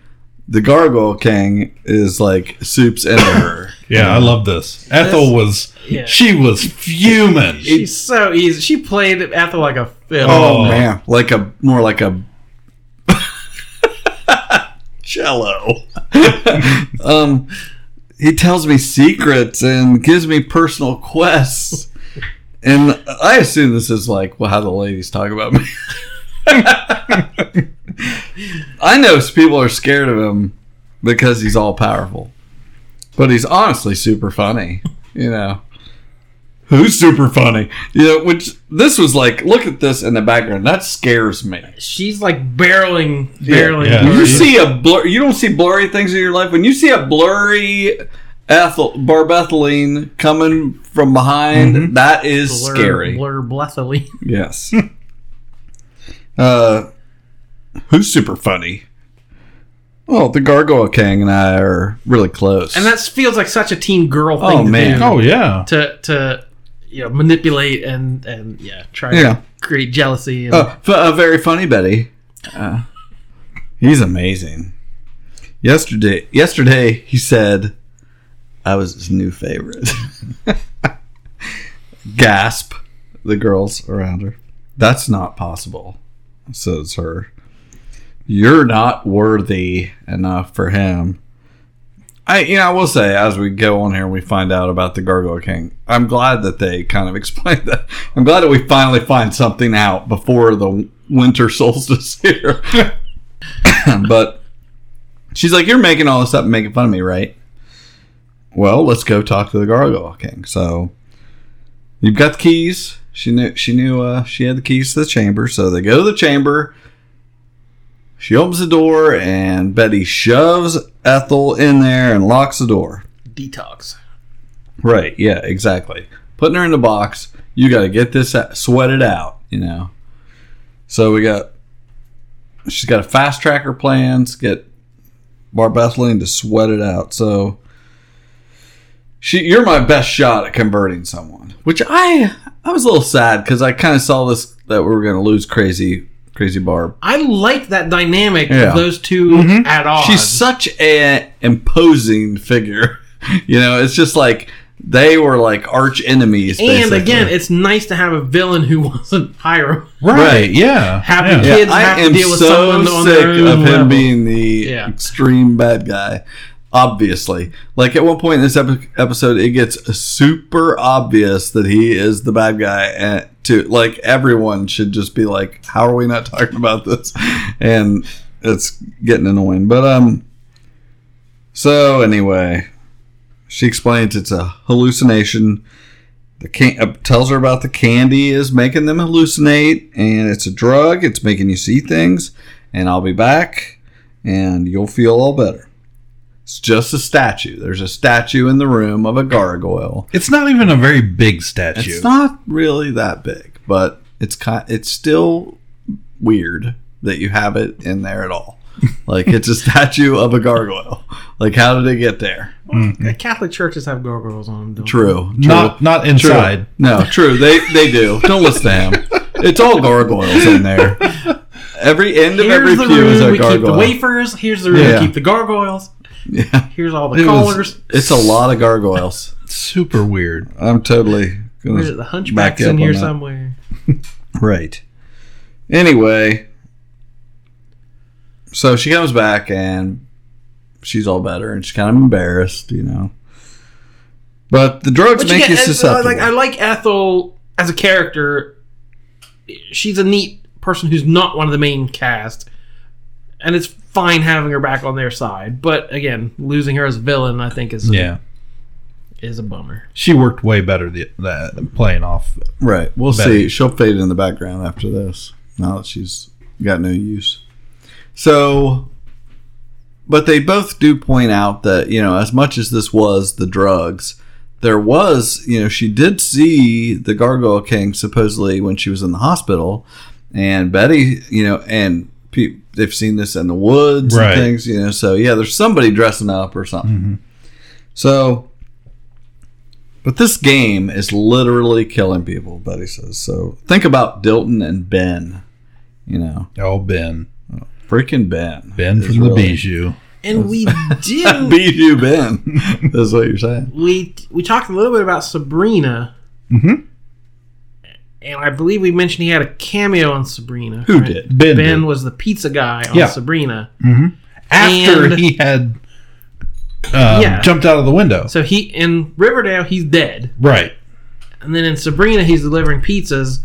[SPEAKER 1] the Gargoyle King is like Soup's emperor.
[SPEAKER 2] Yeah, I love this.
[SPEAKER 11] Ethel
[SPEAKER 2] was
[SPEAKER 11] Yeah.
[SPEAKER 2] she was fuming.
[SPEAKER 11] She's so easy. She played Ethel like a film.
[SPEAKER 1] Oh, man, like a more like a [LAUGHS] cello. [LAUGHS] um, he tells me secrets and gives me personal quests, and I assume this is like well, how the ladies talk about me. [LAUGHS] I know people are scared of him because he's all powerful, but he's honestly super funny. You know. Who's super funny? You know, which this was like, look at this in the background. That scares me.
[SPEAKER 11] She's like barreling, barreling.
[SPEAKER 1] When you
[SPEAKER 11] towards-
[SPEAKER 1] see a blur, you don't see blurry things in your life. When you see a blurry ethyl barbethylene coming from behind, that is
[SPEAKER 11] Mm-hmm. blur,
[SPEAKER 1] scary.
[SPEAKER 11] Blur blethily. [LAUGHS]
[SPEAKER 1] Yes. uh, who's super funny? Well, the Gargoyle King and I are really close.
[SPEAKER 11] And that feels like such a teen girl thing.
[SPEAKER 1] Oh,
[SPEAKER 11] to
[SPEAKER 1] man.
[SPEAKER 11] do.
[SPEAKER 1] Oh, yeah.
[SPEAKER 11] To to you know manipulate and and yeah try
[SPEAKER 1] Yeah.
[SPEAKER 11] to create jealousy. And,
[SPEAKER 1] Oh, f- uh, very funny, Betty. Uh, he's amazing. Yesterday, yesterday he said, "I was his new favorite." [LAUGHS] Gasp! The girls around her. That's not possible, says her. You're not worthy enough for him. I, you know, I will say as we go on here, we find out about the Gargoyle King. I'm glad that they kind of [LAUGHS] explained that. I'm glad that we finally find something out before the winter [LAUGHS] solstice here. [LAUGHS] but she's like, "You're making all this up and making fun of me, right?" Well, let's go talk to the Gargoyle King. So you've got the keys. She knew she knew uh, she had the keys to the chamber. So they go to the chamber. She opens the door and Betty shoves Ethel in there and locks the door.
[SPEAKER 11] Detox.
[SPEAKER 1] Right. Yeah. Exactly. Putting her in the box. You got to get this out, sweat it out. You know. So we got. She's got a fast tracker plans. Get Barbethylene to sweat it out. So. She, you're my best shot at converting someone, which I I was a little sad because I kind of saw this that we were going to lose crazy crazy Barb.
[SPEAKER 11] I like that dynamic
[SPEAKER 1] Yeah. Mm-hmm.
[SPEAKER 11] of those 2 at odds.
[SPEAKER 1] She's such an imposing figure. [LAUGHS] You know, it's just like they were like arch enemies.
[SPEAKER 11] and
[SPEAKER 1] basically.
[SPEAKER 11] again, it's nice to have a villain who [LAUGHS] wasn't Pyro.
[SPEAKER 1] Yeah.
[SPEAKER 11] Happy
[SPEAKER 1] Yeah.
[SPEAKER 11] kids
[SPEAKER 1] I
[SPEAKER 11] have to
[SPEAKER 1] am
[SPEAKER 11] deal with
[SPEAKER 1] so
[SPEAKER 11] someone on
[SPEAKER 1] sick
[SPEAKER 11] their own
[SPEAKER 1] of him
[SPEAKER 11] level.
[SPEAKER 1] being the extreme bad guy. Obviously, like at one point in this epi- episode, it gets super obvious that he is the bad guy, and to like everyone should just be like, "How are we not talking about this?" And it's getting annoying. But um, so anyway, she explains it's a hallucination. The can- uh, tells her about the candy is making them hallucinate, and it's a drug. It's making you see things, and I'll be back, and you'll feel all better. It's just a statue. There's a statue in the room of a gargoyle.
[SPEAKER 2] It's not even a very big statue.
[SPEAKER 1] It's not really that big, but it's kind. It's still weird that you have it in there at all. Like it's a [LAUGHS] statue of a gargoyle. Like how did it get there?
[SPEAKER 11] Catholic churches have gargoyles on them. don't
[SPEAKER 1] True.
[SPEAKER 11] they?
[SPEAKER 1] true. True. No, true. They they do. Don't listen to him. It's all gargoyles in there. Every end of
[SPEAKER 11] Here's
[SPEAKER 1] every
[SPEAKER 11] the
[SPEAKER 1] pew
[SPEAKER 11] room
[SPEAKER 1] is a
[SPEAKER 11] we keep the
[SPEAKER 1] gargoyle.
[SPEAKER 11] wafers. Here's the room
[SPEAKER 1] Yeah.
[SPEAKER 11] we keep the gargoyles.
[SPEAKER 1] Yeah.
[SPEAKER 11] Here's all the
[SPEAKER 1] It was-
[SPEAKER 11] collars.
[SPEAKER 1] it's a lot of gargoyles.
[SPEAKER 2] Super weird.
[SPEAKER 1] I'm totally gonna
[SPEAKER 11] Where's it? The hunchback's
[SPEAKER 1] back up
[SPEAKER 11] in here
[SPEAKER 1] on that.
[SPEAKER 11] somewhere.
[SPEAKER 1] Right. Anyway, so she comes back and she's all better and she's kind of embarrassed, you know. But the drugs
[SPEAKER 11] But
[SPEAKER 1] make
[SPEAKER 11] again,
[SPEAKER 1] you
[SPEAKER 11] as-
[SPEAKER 1] susceptible.
[SPEAKER 11] uh, Like, I like Ethel as a character. She's a neat person who's not one of the main cast, and it's fine having her back on their side. But again, losing her as a villain, I think, is a,
[SPEAKER 2] Yeah.
[SPEAKER 11] is a bummer.
[SPEAKER 2] She worked way better the, that playing off.
[SPEAKER 1] Right. We'll
[SPEAKER 2] Betty.
[SPEAKER 1] see. She'll fade in the background after this. Now that she's got no use. So, but they both do point out that, you know, as much as this was the drugs, there was, you know, she did see the Gargoyle King supposedly when she was in the hospital. And Betty, you know, and pe- they've seen this in the woods
[SPEAKER 2] Right. Mm-hmm.
[SPEAKER 1] and things, you know. So, yeah, there's somebody dressing up or something. So, but this game is literally killing people, Buddy says. So think about Dilton and Ben. You know.
[SPEAKER 2] Oh, Ben.
[SPEAKER 1] Freaking Ben.
[SPEAKER 2] Ben from the Bijou.
[SPEAKER 11] And
[SPEAKER 2] [LAUGHS]
[SPEAKER 11] we
[SPEAKER 1] [LAUGHS]
[SPEAKER 11] did
[SPEAKER 1] Bijou Ben. That's what you're saying.
[SPEAKER 11] we we talked a little bit about Sabrina,
[SPEAKER 2] Mm-hmm.
[SPEAKER 11] and I believe we mentioned he had a cameo on Sabrina.
[SPEAKER 2] Who did? Ben did.
[SPEAKER 11] was the pizza guy on
[SPEAKER 2] Yeah.
[SPEAKER 11] Sabrina.
[SPEAKER 2] Mm-hmm. After
[SPEAKER 11] And-
[SPEAKER 2] he had um,
[SPEAKER 11] Yeah.
[SPEAKER 2] jumped out of the window.
[SPEAKER 11] So he in Riverdale he's dead,
[SPEAKER 2] Right.
[SPEAKER 11] and then in Sabrina he's delivering pizzas,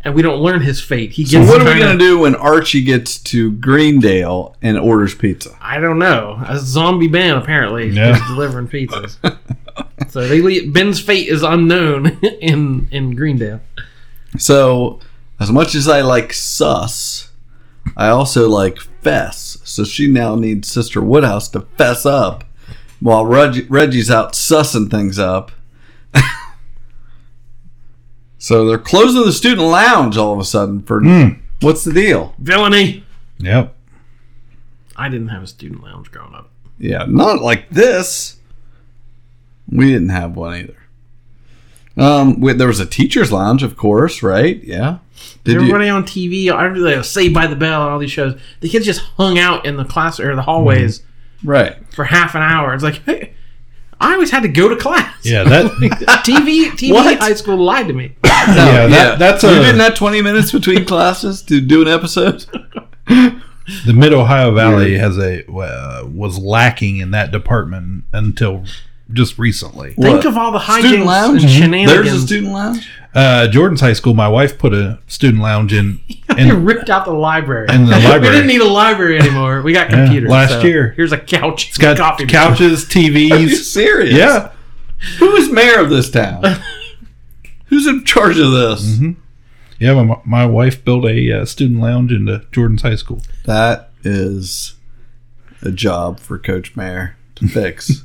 [SPEAKER 11] and we don't learn his fate. He
[SPEAKER 1] So
[SPEAKER 11] gets.
[SPEAKER 1] what are we
[SPEAKER 11] kinda-
[SPEAKER 1] gonna do when Archie gets to Greendale and orders pizza?
[SPEAKER 11] I don't know. A zombie Ben apparently
[SPEAKER 1] Yeah.
[SPEAKER 11] is delivering pizzas. so they leave, Ben's fate is unknown [LAUGHS] in in Greendale.
[SPEAKER 1] So as much as I like Sus, I also like Fess. So she now needs Sister Woodhouse to fess up while Reg- Reggie's out sussing things up. [LAUGHS] so they're closing the student lounge all of a sudden for what's the deal?
[SPEAKER 11] Villainy.
[SPEAKER 2] Yep.
[SPEAKER 11] I didn't have a student lounge growing up.
[SPEAKER 1] Yeah, not like this. We didn't have one either. Um, we, there was a teachers' lounge, of course, right? Yeah. Did you?
[SPEAKER 11] Everybody on TV, I remember they were Saved by the Bell and all these shows. The kids just hung out in the class or the hallways
[SPEAKER 1] Mm-hmm. Right.
[SPEAKER 11] for half an hour. It's like, hey, I always had to go to class.
[SPEAKER 2] Yeah,
[SPEAKER 11] [LAUGHS]
[SPEAKER 2] that
[SPEAKER 11] TV, TV
[SPEAKER 1] What?
[SPEAKER 11] high school lied to me.
[SPEAKER 1] Oh,
[SPEAKER 2] yeah, that, that's a
[SPEAKER 1] you didn't have twenty minutes between
[SPEAKER 11] [LAUGHS]
[SPEAKER 1] classes to do an episode.
[SPEAKER 2] the Mid Ohio Valley has a uh, was lacking in that department until just recently.
[SPEAKER 11] Think of all the
[SPEAKER 1] Student
[SPEAKER 11] hijinks
[SPEAKER 1] lounge?
[SPEAKER 11] and
[SPEAKER 1] Mm-hmm. There's a
[SPEAKER 11] shenanigans.
[SPEAKER 1] student lounge.
[SPEAKER 2] uh, Jordan's high school. My wife put a student
[SPEAKER 11] [LAUGHS]
[SPEAKER 2] lounge in
[SPEAKER 11] They
[SPEAKER 2] in
[SPEAKER 11] ripped out the library. [LAUGHS]
[SPEAKER 2] And the
[SPEAKER 11] we
[SPEAKER 2] library.
[SPEAKER 11] didn't need a library anymore. We got
[SPEAKER 2] [LAUGHS] Yeah,
[SPEAKER 11] computers
[SPEAKER 2] last
[SPEAKER 11] so
[SPEAKER 2] year.
[SPEAKER 11] Here's a couch.
[SPEAKER 2] It's got
[SPEAKER 11] coffee
[SPEAKER 2] couches,
[SPEAKER 1] Are you
[SPEAKER 11] [LAUGHS]
[SPEAKER 2] TVs.
[SPEAKER 1] serious?
[SPEAKER 2] Yeah.
[SPEAKER 1] Who is mayor of this town? Who's in charge of this?
[SPEAKER 11] Mm-hmm.
[SPEAKER 2] Yeah, my, my wife built a uh, student lounge into Jordan's high school.
[SPEAKER 1] That is a job for Coach Mayor to
[SPEAKER 11] [LAUGHS]
[SPEAKER 1] fix.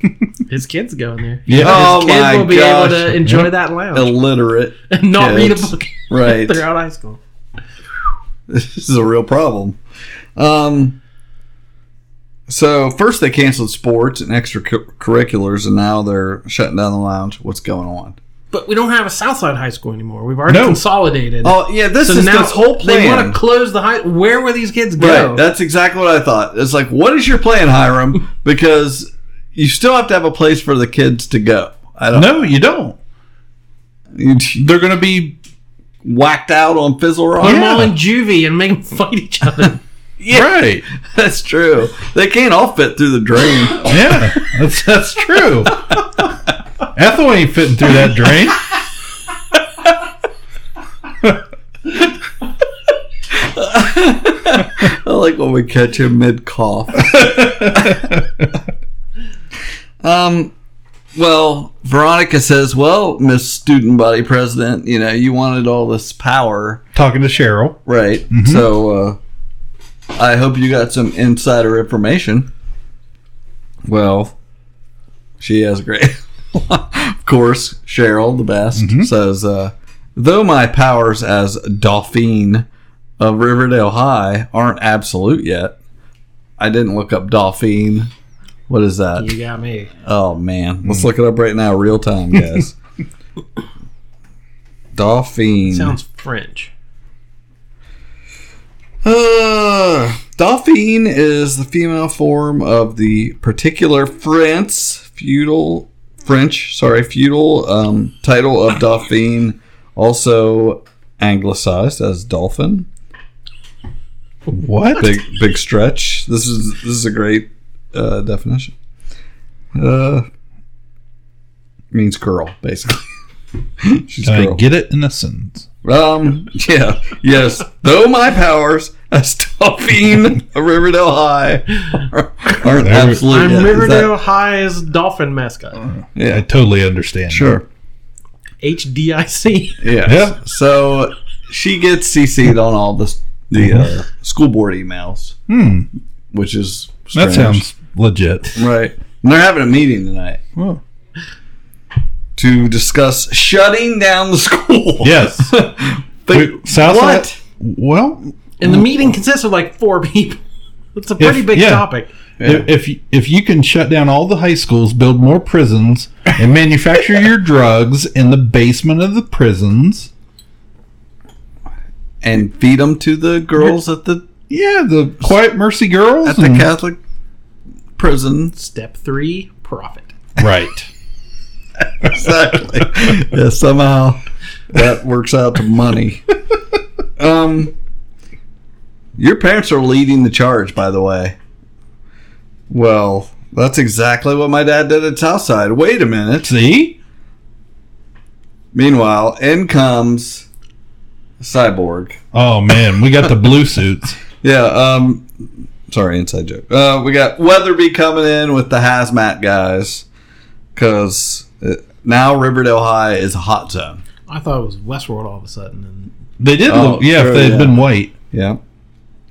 [SPEAKER 11] His kids go in there.
[SPEAKER 1] Yeah.
[SPEAKER 11] his
[SPEAKER 1] Oh
[SPEAKER 11] kids
[SPEAKER 1] my
[SPEAKER 11] will be
[SPEAKER 1] gosh.
[SPEAKER 11] able to enjoy
[SPEAKER 1] Yeah.
[SPEAKER 11] that lounge
[SPEAKER 1] Illiterate.
[SPEAKER 11] and [LAUGHS] not read a
[SPEAKER 1] kids.
[SPEAKER 11] book. [LAUGHS]
[SPEAKER 1] Right.
[SPEAKER 11] throughout high school.
[SPEAKER 1] this is a real problem. Um, so first they canceled sports and extracurriculars, and now they're shutting down the lounge. What's going on?
[SPEAKER 11] But we don't have a Southside High School anymore. We've already
[SPEAKER 1] No.
[SPEAKER 11] consolidated.
[SPEAKER 1] Oh, yeah, this is this whole
[SPEAKER 11] They
[SPEAKER 1] plan.
[SPEAKER 11] want to close the high. Where will these kids
[SPEAKER 1] Right,
[SPEAKER 11] go?
[SPEAKER 1] that's exactly what I thought. It's like, what is your plan, Hiram? Because you still have to have a place for the kids to go. I don't. [LAUGHS]
[SPEAKER 2] No, you don't.
[SPEAKER 1] They're
[SPEAKER 2] going to be
[SPEAKER 1] whacked out on Fizzle Rock.
[SPEAKER 11] Put them all in juvie and make them [LAUGHS] fight each other.
[SPEAKER 1] Yeah,
[SPEAKER 2] Right.
[SPEAKER 1] [LAUGHS] That's true. They can't all fit through the drain.
[SPEAKER 2] [LAUGHS] yeah, that's that's true. Ethel ain't fitting through that drain.
[SPEAKER 1] I like when we catch him mid cough. um, well, Veronica says, "Well, Miss Student Body President, you know, you wanted all this power,
[SPEAKER 2] Talking to Cheryl.
[SPEAKER 1] right? So, uh, I hope you got some insider information." Well, she has great. [LAUGHS] of course, Cheryl, the best, says, uh, though my powers as Dauphine of Riverdale High aren't absolute yet, I didn't look up Dauphine. What is that?
[SPEAKER 11] you got me.
[SPEAKER 1] Oh, man. Let's look it up right now, real time, guys. Dauphine.
[SPEAKER 11] Sounds French.
[SPEAKER 1] Uh, Dauphine is the female form of the particular France feudal French, sorry, feudal um, title of Dauphine, also anglicized as dolphin.
[SPEAKER 2] What?
[SPEAKER 1] Big big stretch. This is this is a great uh, definition. Uh, means girl, basically. [LAUGHS] She's
[SPEAKER 2] Can I
[SPEAKER 1] girl.
[SPEAKER 2] get it in a sentence?
[SPEAKER 1] Um, yeah, yes. Though my powers as Dauphine of Riverdale High are- aren't
[SPEAKER 2] There we-
[SPEAKER 1] absolute.
[SPEAKER 11] I'm
[SPEAKER 1] yet. Is
[SPEAKER 11] Riverdale High's dolphin mascot.
[SPEAKER 1] that- yeah,
[SPEAKER 2] I totally understand.
[SPEAKER 1] sure.
[SPEAKER 11] H D I C.
[SPEAKER 1] Yeah.
[SPEAKER 2] Yeah.
[SPEAKER 1] So she gets CC'd on all the, the uh, school board emails,
[SPEAKER 2] Mm-hmm. Hmm.
[SPEAKER 1] which is
[SPEAKER 2] That
[SPEAKER 1] strange.
[SPEAKER 2] sounds legit.
[SPEAKER 1] right. And they're having a meeting tonight
[SPEAKER 2] Oh.
[SPEAKER 1] to discuss shutting down the school. [LAUGHS]
[SPEAKER 2] Yes.
[SPEAKER 1] But
[SPEAKER 2] Wait, Southside-
[SPEAKER 1] what?
[SPEAKER 2] Well,
[SPEAKER 11] And the
[SPEAKER 1] Mm.
[SPEAKER 11] meeting consists of like four [LAUGHS] people. It's a pretty
[SPEAKER 2] If-
[SPEAKER 11] big
[SPEAKER 2] yeah.
[SPEAKER 11] topic.
[SPEAKER 2] If If you- if you can shut down all the high schools, build more prisons, and manufacture your drugs in the basement of the prisons,
[SPEAKER 1] And feed them to the girls at the
[SPEAKER 2] Yeah, Mm-hmm. the Quiet Mercy Girls
[SPEAKER 1] at the
[SPEAKER 2] and-
[SPEAKER 1] Catholic prison.
[SPEAKER 11] Step three, profit.
[SPEAKER 2] Right.
[SPEAKER 1] exactly. [LAUGHS] yeah, somehow that works out to money. Um, your parents are leading the charge, by the way. Well, that's exactly what my dad did at Southside. Wait a minute.
[SPEAKER 2] See?
[SPEAKER 1] Meanwhile, in comes Cyborg.
[SPEAKER 2] Oh man, we got the blue suits.
[SPEAKER 1] Yeah, um sorry, inside joke. Uh we got Weatherby coming in with the hazmat guys cuz now Riverdale High is a hot zone.
[SPEAKER 11] I thought it was Westworld all of a sudden. And
[SPEAKER 2] They did
[SPEAKER 1] Oh,
[SPEAKER 2] look, yeah,
[SPEAKER 1] sure,
[SPEAKER 2] if they had
[SPEAKER 1] yeah.
[SPEAKER 2] been white.
[SPEAKER 1] Yeah.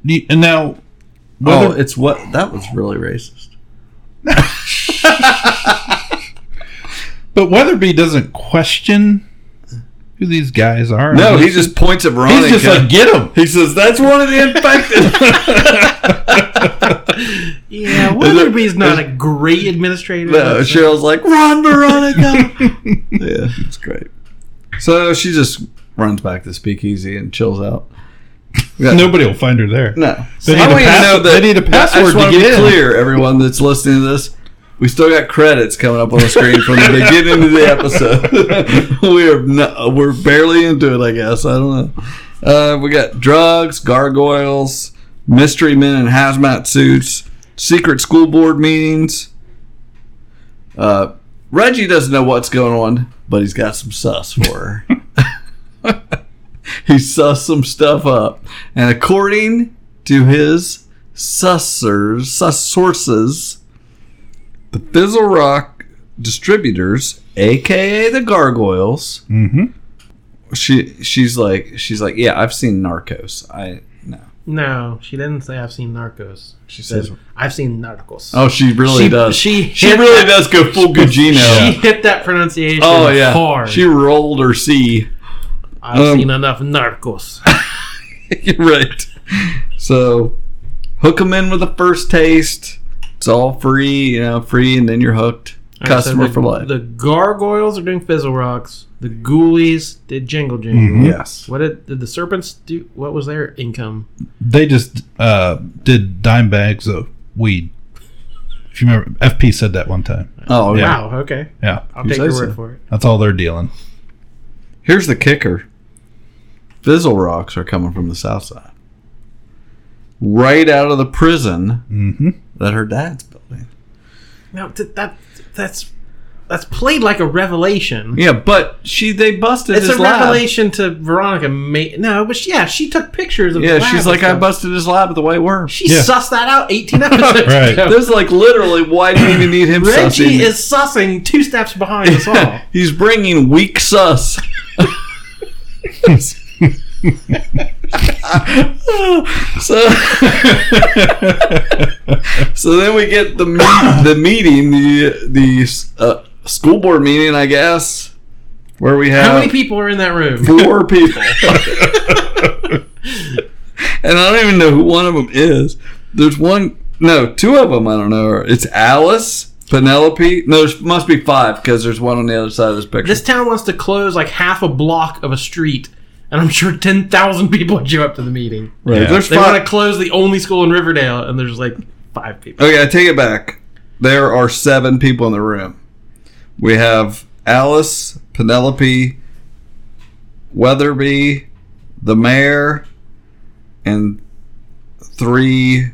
[SPEAKER 2] You- And now,
[SPEAKER 1] oh, it's what that was really racist.
[SPEAKER 2] but Weatherby doesn't question who these guys are.
[SPEAKER 1] No, he just points at Veronica.
[SPEAKER 2] He's just like, get him.
[SPEAKER 1] He says, "That's one of [LAUGHS] the infected."
[SPEAKER 11] yeah, [LAUGHS] Weatherby's not a great administrator.
[SPEAKER 1] no,
[SPEAKER 11] That's-
[SPEAKER 1] Cheryl's like, "Run, [LAUGHS] Veronica!" [LAUGHS] yeah, it's great. So she just runs back to Speakeasy and chills out.
[SPEAKER 2] Nobody will find her there.
[SPEAKER 1] No,
[SPEAKER 2] They need,
[SPEAKER 1] I
[SPEAKER 2] a,
[SPEAKER 1] want you to
[SPEAKER 2] pass-
[SPEAKER 1] know that-
[SPEAKER 2] they need a
[SPEAKER 1] I
[SPEAKER 2] password
[SPEAKER 1] just
[SPEAKER 2] to
[SPEAKER 1] want to
[SPEAKER 2] get
[SPEAKER 1] be
[SPEAKER 2] in.
[SPEAKER 1] clear, everyone that's listening to this. We still got credits coming up on the screen from the
[SPEAKER 2] [LAUGHS]
[SPEAKER 1] beginning of the episode. [LAUGHS] we are no, we're barely into it, I guess. I don't know. Uh, we got drugs, gargoyles, mystery men in hazmat suits, secret school board meetings. Uh, Reggie doesn't know what's going on, but he's got some sus for her.
[SPEAKER 2] [LAUGHS]
[SPEAKER 1] [LAUGHS] he sussed some stuff up. And according to his sussers, sus sources, the Fizzle Rock distributors, aka the Gargoyles,
[SPEAKER 2] Mhm.
[SPEAKER 1] she she's like she's like, Yeah, I've seen Narcos. I no.
[SPEAKER 11] No, she didn't say I've seen Narcos. She said
[SPEAKER 1] says-
[SPEAKER 11] I've seen Narcos.
[SPEAKER 1] Oh, she really does.
[SPEAKER 11] She
[SPEAKER 1] She
[SPEAKER 11] hit
[SPEAKER 1] really
[SPEAKER 11] that-
[SPEAKER 1] does go full Gugino.
[SPEAKER 11] She hit that pronunciation.
[SPEAKER 1] Oh yeah.
[SPEAKER 11] hard.
[SPEAKER 1] She rolled her C. [LAUGHS]
[SPEAKER 11] I've
[SPEAKER 1] Um,
[SPEAKER 11] seen
[SPEAKER 1] [LAUGHS]
[SPEAKER 11] enough Narcos.
[SPEAKER 1] You're right. So hook them in with the first taste. It's all free, you know, free, and then you're hooked. Customer
[SPEAKER 11] All right, so
[SPEAKER 1] for
[SPEAKER 11] the,
[SPEAKER 1] life.
[SPEAKER 11] The gargoyles are doing fizzle rocks. The ghoulies did jingle jingle.
[SPEAKER 2] Mhm. Yes.
[SPEAKER 1] Mm-hmm.
[SPEAKER 11] What did, did the serpents do? What was their income?
[SPEAKER 2] They just uh, did dime bags of weed. If you remember, FP said that one time.
[SPEAKER 1] Oh,
[SPEAKER 2] yeah.
[SPEAKER 11] Wow. Okay.
[SPEAKER 2] Yeah.
[SPEAKER 11] I'll take your word for it.
[SPEAKER 2] That's all they're dealing.
[SPEAKER 1] Here's the kicker. Fizzle rocks are coming from the south side. Right out of the prison
[SPEAKER 2] Mm-hmm.
[SPEAKER 1] that her dad's building.
[SPEAKER 11] Now th- that that's that's played like a revelation.
[SPEAKER 1] Yeah, but she they busted
[SPEAKER 11] It's
[SPEAKER 1] his
[SPEAKER 11] a
[SPEAKER 1] lab.
[SPEAKER 11] revelation to Veronica. Ma- no, but she, yeah, she took pictures of.
[SPEAKER 1] Yeah,
[SPEAKER 11] the lab
[SPEAKER 1] she's
[SPEAKER 11] and
[SPEAKER 1] like, I
[SPEAKER 11] stuff.
[SPEAKER 1] busted his lab with the white worm.
[SPEAKER 11] She sussed that out
[SPEAKER 1] [LAUGHS]
[SPEAKER 11] 18 episodes
[SPEAKER 2] Right.
[SPEAKER 11] ago.
[SPEAKER 1] There's like literally, why do you even need him sussing?
[SPEAKER 11] Reggie
[SPEAKER 1] it?
[SPEAKER 11] is sussing two steps behind
[SPEAKER 1] [LAUGHS]
[SPEAKER 11] us all.
[SPEAKER 1] He's bringing weak sus. [LAUGHS]
[SPEAKER 11] [LAUGHS]
[SPEAKER 1] so, [LAUGHS] so then we get the meet, the meeting, the the uh, school board meeting, I guess, where we have
[SPEAKER 11] How many people are in that
[SPEAKER 1] [LAUGHS]
[SPEAKER 11] room?
[SPEAKER 1] four people, and I don't even know who one of them is. There's one, no, two of them. I don't know. It's Alice, Penelope. No, there must be five because there's one on the other side of this picture.
[SPEAKER 11] This town wants to close like half a block of a street, and I'm sure 10,000 people would show up to the meeting.
[SPEAKER 1] Right. Yeah. There's
[SPEAKER 11] They
[SPEAKER 1] five-
[SPEAKER 11] want to close the only school in Riverdale, and there's like five people.
[SPEAKER 1] Okay, I take it back. There are seven people in the room. We have Alice, Penelope, Weatherby, the mayor, and three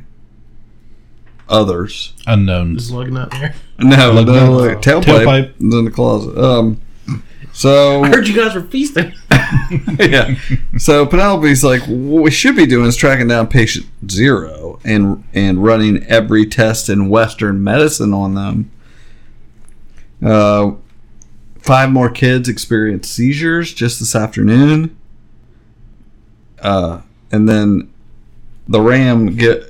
[SPEAKER 1] others.
[SPEAKER 2] Unknowns.
[SPEAKER 11] Just looking up there.
[SPEAKER 1] No, no,
[SPEAKER 2] Like that.
[SPEAKER 1] no, tailpipe,
[SPEAKER 2] Tailpipe.
[SPEAKER 1] is in the closet. Um, so
[SPEAKER 11] I heard you guys were feasting.
[SPEAKER 1] yeah. [LAUGHS] So Penelope's like, what we should be doing is tracking down patient zero and and running every test in Western medicine on them. Uh, five more kids experienced seizures just this afternoon. Uh, and then the Ram gi-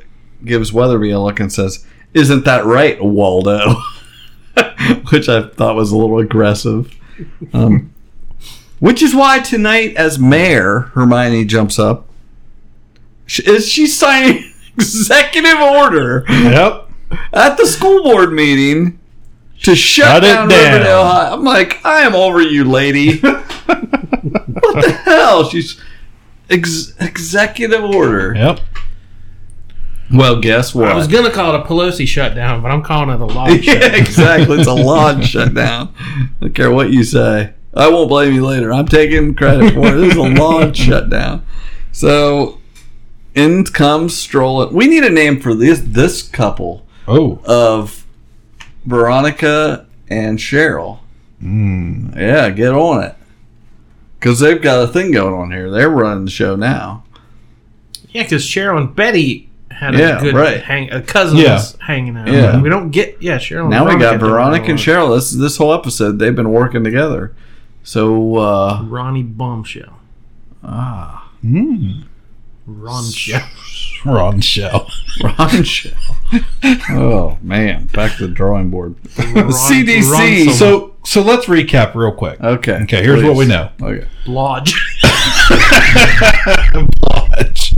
[SPEAKER 1] gives Weatherby a look and says, "Isn't that right, Waldo?" [LAUGHS] Which I thought was a little aggressive. Um, which is why tonight, as mayor, Hermione jumps up. Sh- Is she signing [LAUGHS] executive order
[SPEAKER 2] Yep.
[SPEAKER 1] at the school board meeting to shut
[SPEAKER 2] Shut it
[SPEAKER 1] down,
[SPEAKER 2] down.
[SPEAKER 1] Riverdale High? I'm like, I am over you,
[SPEAKER 2] [LAUGHS]
[SPEAKER 1] lady. what the hell? She's ex- executive order.
[SPEAKER 2] Yep.
[SPEAKER 1] Well, guess what?
[SPEAKER 11] I was gonna call it a Pelosi shutdown, but I'm calling it
[SPEAKER 1] [LAUGHS]
[SPEAKER 11] a law
[SPEAKER 1] yeah,
[SPEAKER 11] shutdown.
[SPEAKER 1] exactly. It's a lawn shutdown. I don't care what you say. I won't blame you later. I'm taking credit for it. This is a lawn shutdown. So in comes Stroll. We need a name for this this couple.
[SPEAKER 2] Oh.
[SPEAKER 1] Of Veronica and Cheryl.
[SPEAKER 2] Mm.
[SPEAKER 1] Yeah, get on it. Because they've got a thing going on here. They're running the show now.
[SPEAKER 11] Yeah, because Cheryl and Betty had
[SPEAKER 1] Yeah,
[SPEAKER 11] a good
[SPEAKER 1] right.
[SPEAKER 11] hang, a cousins
[SPEAKER 1] Yeah.
[SPEAKER 11] hanging out.
[SPEAKER 1] Yeah.
[SPEAKER 11] we don't get yeah Cheryl. And
[SPEAKER 1] now we got
[SPEAKER 11] didn't
[SPEAKER 1] Veronica
[SPEAKER 11] go
[SPEAKER 1] and
[SPEAKER 11] on.
[SPEAKER 1] Cheryl. This this whole episode they've been working together. So uh
[SPEAKER 11] Ronnie Bombshell.
[SPEAKER 1] Ah. Hmm.
[SPEAKER 11] Ron Shell.
[SPEAKER 2] Ron Shell.
[SPEAKER 1] Ron Shell. [LAUGHS] Oh man, back to the drawing board.
[SPEAKER 2] The CDC. So so let's recap real quick.
[SPEAKER 1] Okay.
[SPEAKER 2] Okay, here's what we
[SPEAKER 1] please.
[SPEAKER 2] know.
[SPEAKER 1] Okay. [LAUGHS]
[SPEAKER 11] Lodge.
[SPEAKER 2] Blotch.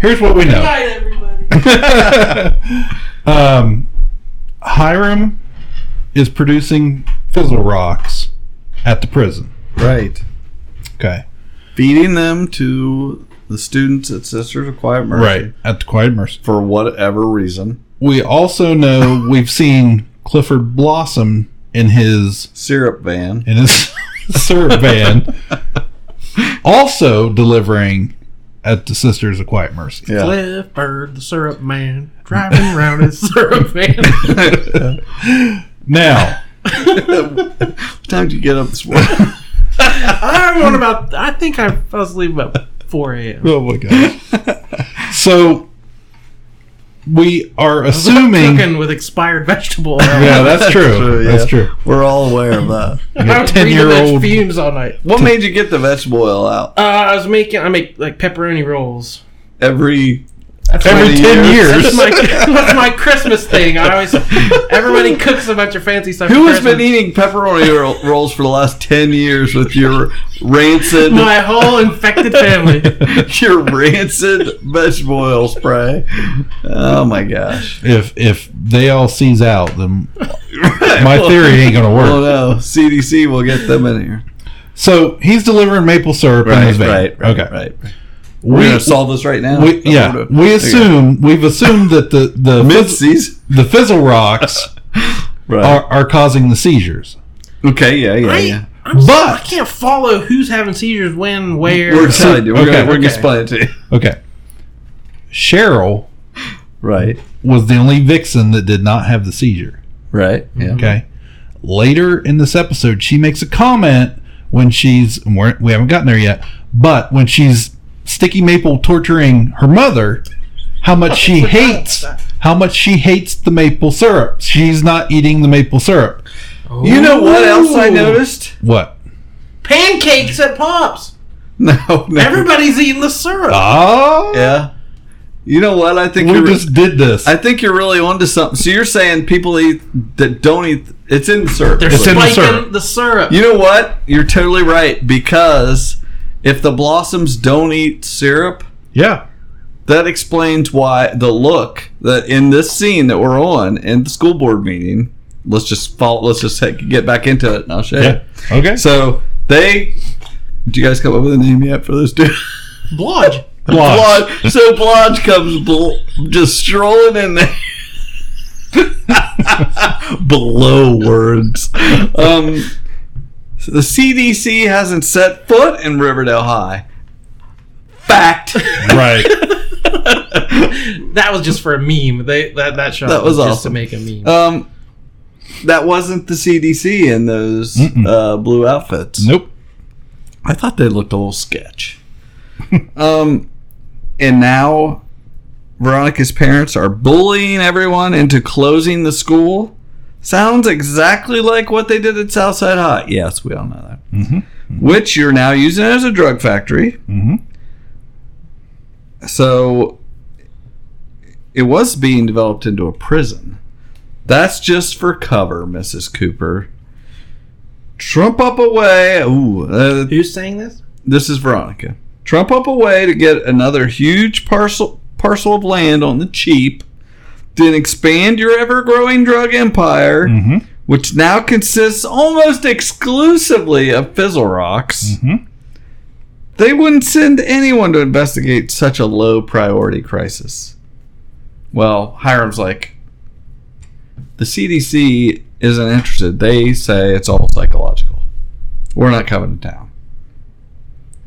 [SPEAKER 2] Here's what we know. [LAUGHS] um, Hiram is producing Fizzle Rocks at the prison.
[SPEAKER 1] Right.
[SPEAKER 2] Okay.
[SPEAKER 1] Feeding them to the students at Sisters of Quiet Mercy.
[SPEAKER 2] Right. At the Quiet Mercy.
[SPEAKER 1] For whatever reason.
[SPEAKER 2] We also know we've seen Clifford Blossom in his
[SPEAKER 1] syrup van.
[SPEAKER 2] In his [LAUGHS] syrup van. also delivering at the Sisters of Quiet Mercy.
[SPEAKER 11] Clifford the syrup man driving
[SPEAKER 1] [LAUGHS]
[SPEAKER 11] around his syrup van.
[SPEAKER 2] [LAUGHS] Now,
[SPEAKER 1] what time did you get up this morning?
[SPEAKER 11] I'm on about. I think I fell asleep about four a.m.
[SPEAKER 2] [LAUGHS] Oh my gosh. so we are assuming
[SPEAKER 11] cooking with expired vegetable oil.
[SPEAKER 2] [LAUGHS]
[SPEAKER 1] [LAUGHS]
[SPEAKER 2] Yeah, that's true. That's true.
[SPEAKER 1] [LAUGHS] We're all aware of that.
[SPEAKER 11] I was breathing those fumes all night.
[SPEAKER 1] What made you get the vegetable oil out?
[SPEAKER 11] Uh, I was making. I make like pepperoni rolls.
[SPEAKER 1] Every
[SPEAKER 11] That's
[SPEAKER 1] every
[SPEAKER 11] my-
[SPEAKER 1] ten years. [LAUGHS]
[SPEAKER 11] [LAUGHS] That's my, that's my Christmas thing. I always. Everybody cooks a bunch of fancy stuff.
[SPEAKER 1] Who
[SPEAKER 11] for
[SPEAKER 1] has been
[SPEAKER 11] Christmas.
[SPEAKER 1] eating pepperoni ro- rolls for the last ten years with your rancid,
[SPEAKER 11] My whole infected family.
[SPEAKER 1] [LAUGHS] your rancid vegetable oil spray? Oh my gosh!
[SPEAKER 2] if if they all seize out, then my
[SPEAKER 1] [LAUGHS] Well-
[SPEAKER 2] theory ain't gonna work.
[SPEAKER 1] Oh no, CDC will get them in here.
[SPEAKER 2] So he's delivering maple syrup in his
[SPEAKER 1] Right,
[SPEAKER 2] van.
[SPEAKER 1] right, right,
[SPEAKER 2] okay.
[SPEAKER 1] right. We're gonna solve this right now.
[SPEAKER 2] We,
[SPEAKER 1] Oh,
[SPEAKER 2] yeah,
[SPEAKER 1] no.
[SPEAKER 2] we
[SPEAKER 1] Okay.
[SPEAKER 2] assume we've assumed that the
[SPEAKER 1] [LAUGHS]
[SPEAKER 2] the
[SPEAKER 1] Mid-season.
[SPEAKER 2] fizz- the fizzle rocks
[SPEAKER 1] [LAUGHS] Right.
[SPEAKER 2] are, are causing the seizures.
[SPEAKER 1] Okay, yeah, yeah, yeah.
[SPEAKER 11] I'm but I can't follow who's having seizures when, where.
[SPEAKER 1] We're excited. We're
[SPEAKER 2] Okay,
[SPEAKER 1] gonna, we're gonna
[SPEAKER 2] okay.
[SPEAKER 1] explain it to you.
[SPEAKER 2] Okay, Cheryl,
[SPEAKER 1] right,
[SPEAKER 2] was the only vixen that did not have the seizure.
[SPEAKER 1] Right. Yeah.
[SPEAKER 2] Okay. Later in this episode, she makes a comment when she's and we're, we haven't gotten there yet, but when she's sticky maple torturing her mother, how much
[SPEAKER 1] [LAUGHS]
[SPEAKER 2] she hates how much she hates the maple syrup. She's not eating the maple syrup.
[SPEAKER 1] You know what else I noticed? [LAUGHS]
[SPEAKER 2] What?
[SPEAKER 11] Pancakes at Pops.
[SPEAKER 1] No, no.
[SPEAKER 11] Everybody's eating the syrup.
[SPEAKER 1] Ah,
[SPEAKER 2] Oh,
[SPEAKER 1] yeah. You know what? I think
[SPEAKER 2] we
[SPEAKER 1] you're,
[SPEAKER 2] just did this.
[SPEAKER 1] I think you're really onto something. So you're saying people eat that don't eat. It's in the syrup.
[SPEAKER 11] They're
[SPEAKER 1] It's in the
[SPEAKER 11] spiking
[SPEAKER 1] syrup.
[SPEAKER 11] the syrup.
[SPEAKER 1] You know what? You're totally right because if the blossoms don't eat syrup,
[SPEAKER 2] yeah,
[SPEAKER 1] that explains why the look that in this scene that we're on in the school board meeting. Let's just follow. Let's just heck- get back into it, and I'll show you.
[SPEAKER 2] Okay.
[SPEAKER 1] So they. Did you guys come up with a name yet for this [LAUGHS] dude?
[SPEAKER 11] Blodge.
[SPEAKER 2] Blodge.
[SPEAKER 1] Blodge. So Blodge comes bl- just strolling in there. Below words. Um, so the CDC hasn't set foot in Riverdale High. Fact.
[SPEAKER 2] [LAUGHS] Right.
[SPEAKER 11] That was just for a meme. They that that shot
[SPEAKER 1] That was
[SPEAKER 11] just
[SPEAKER 1] awesome.
[SPEAKER 11] to make a meme.
[SPEAKER 1] Um, that wasn't the CDC in those uh, blue outfits.
[SPEAKER 2] Nope.
[SPEAKER 1] I thought they looked a little sketch. [LAUGHS] um, and now Veronica's parents are bullying everyone into closing the school. Sounds exactly like what they did at Southside High. Yes, we all know that.
[SPEAKER 2] Mhm.
[SPEAKER 1] Which you're now using as a drug factory.
[SPEAKER 2] Mm-hmm.
[SPEAKER 1] So it was being developed into a prison. That's just for cover, Mrs. Cooper. Trump up a way. Ooh, uh,
[SPEAKER 11] Who's saying this?
[SPEAKER 1] this is Veronica. Trump up a way to get another huge parcel parcel of land on the cheap, then expand your ever-growing drug empire, which now consists almost exclusively of fizzle rocks. They wouldn't send anyone to investigate such a low priority crisis. Well, Hiram's like, the CDC isn't interested. They say it's all psychological. We're not coming to town.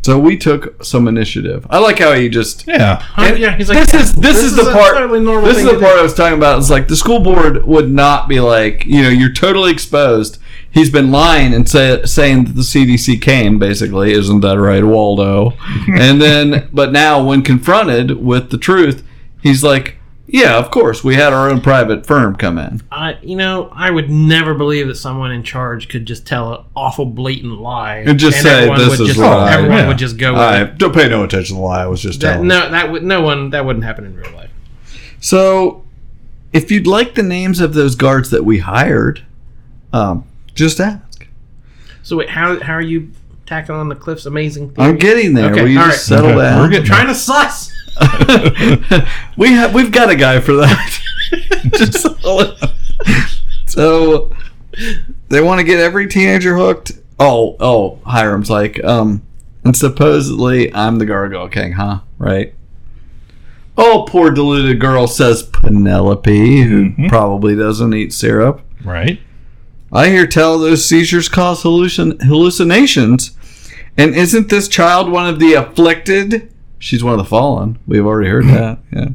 [SPEAKER 1] So we took some initiative. I like how he just
[SPEAKER 2] yeah.
[SPEAKER 1] And
[SPEAKER 11] yeah, he's
[SPEAKER 1] this is this, is, the
[SPEAKER 11] a
[SPEAKER 1] part.
[SPEAKER 11] totally normal
[SPEAKER 1] this is
[SPEAKER 11] thing
[SPEAKER 1] the
[SPEAKER 11] to
[SPEAKER 1] part I was talking about. It's like the school board would not be like, you know, you're totally exposed. He's been lying and say, saying that the CDC came. Basically, isn't that right,
[SPEAKER 11] [LAUGHS]
[SPEAKER 1] Waldo? and then, but now when confronted with the truth, he's like, yeah, of course, we had our own private firm come in.
[SPEAKER 11] I, you know, I would never believe that someone in charge could just tell an awful blatant lie
[SPEAKER 1] And just say
[SPEAKER 11] everyone
[SPEAKER 1] this
[SPEAKER 11] would
[SPEAKER 1] is
[SPEAKER 11] just,
[SPEAKER 1] right.
[SPEAKER 11] Everyone would just go. With
[SPEAKER 1] I
[SPEAKER 11] it.
[SPEAKER 1] don't pay no attention to the lie. I was just
[SPEAKER 11] That,
[SPEAKER 1] telling.
[SPEAKER 11] no, that would no one that wouldn't happen in real life.
[SPEAKER 1] So, if you'd like the names of those guards that we hired, um, just ask.
[SPEAKER 11] So wait, how how are you tackling on the cliff's amazing?
[SPEAKER 1] I'm getting there. Will you
[SPEAKER 11] all
[SPEAKER 1] just settle down? We're getting
[SPEAKER 11] trying to suss.
[SPEAKER 1] [LAUGHS] we have we've got a guy for that. [LAUGHS] Just so they want to get every teenager hooked. Oh, oh, Hiram's like, um, and supposedly I'm the Gargoyle King, huh? Right? Oh, poor deluded girl says Penelope, who probably doesn't eat syrup.
[SPEAKER 2] Right.
[SPEAKER 1] I hear tell those seizures cause hallucin- hallucinations. And isn't this child one of the afflicted? She's one of the fallen. We've already heard that. Yeah.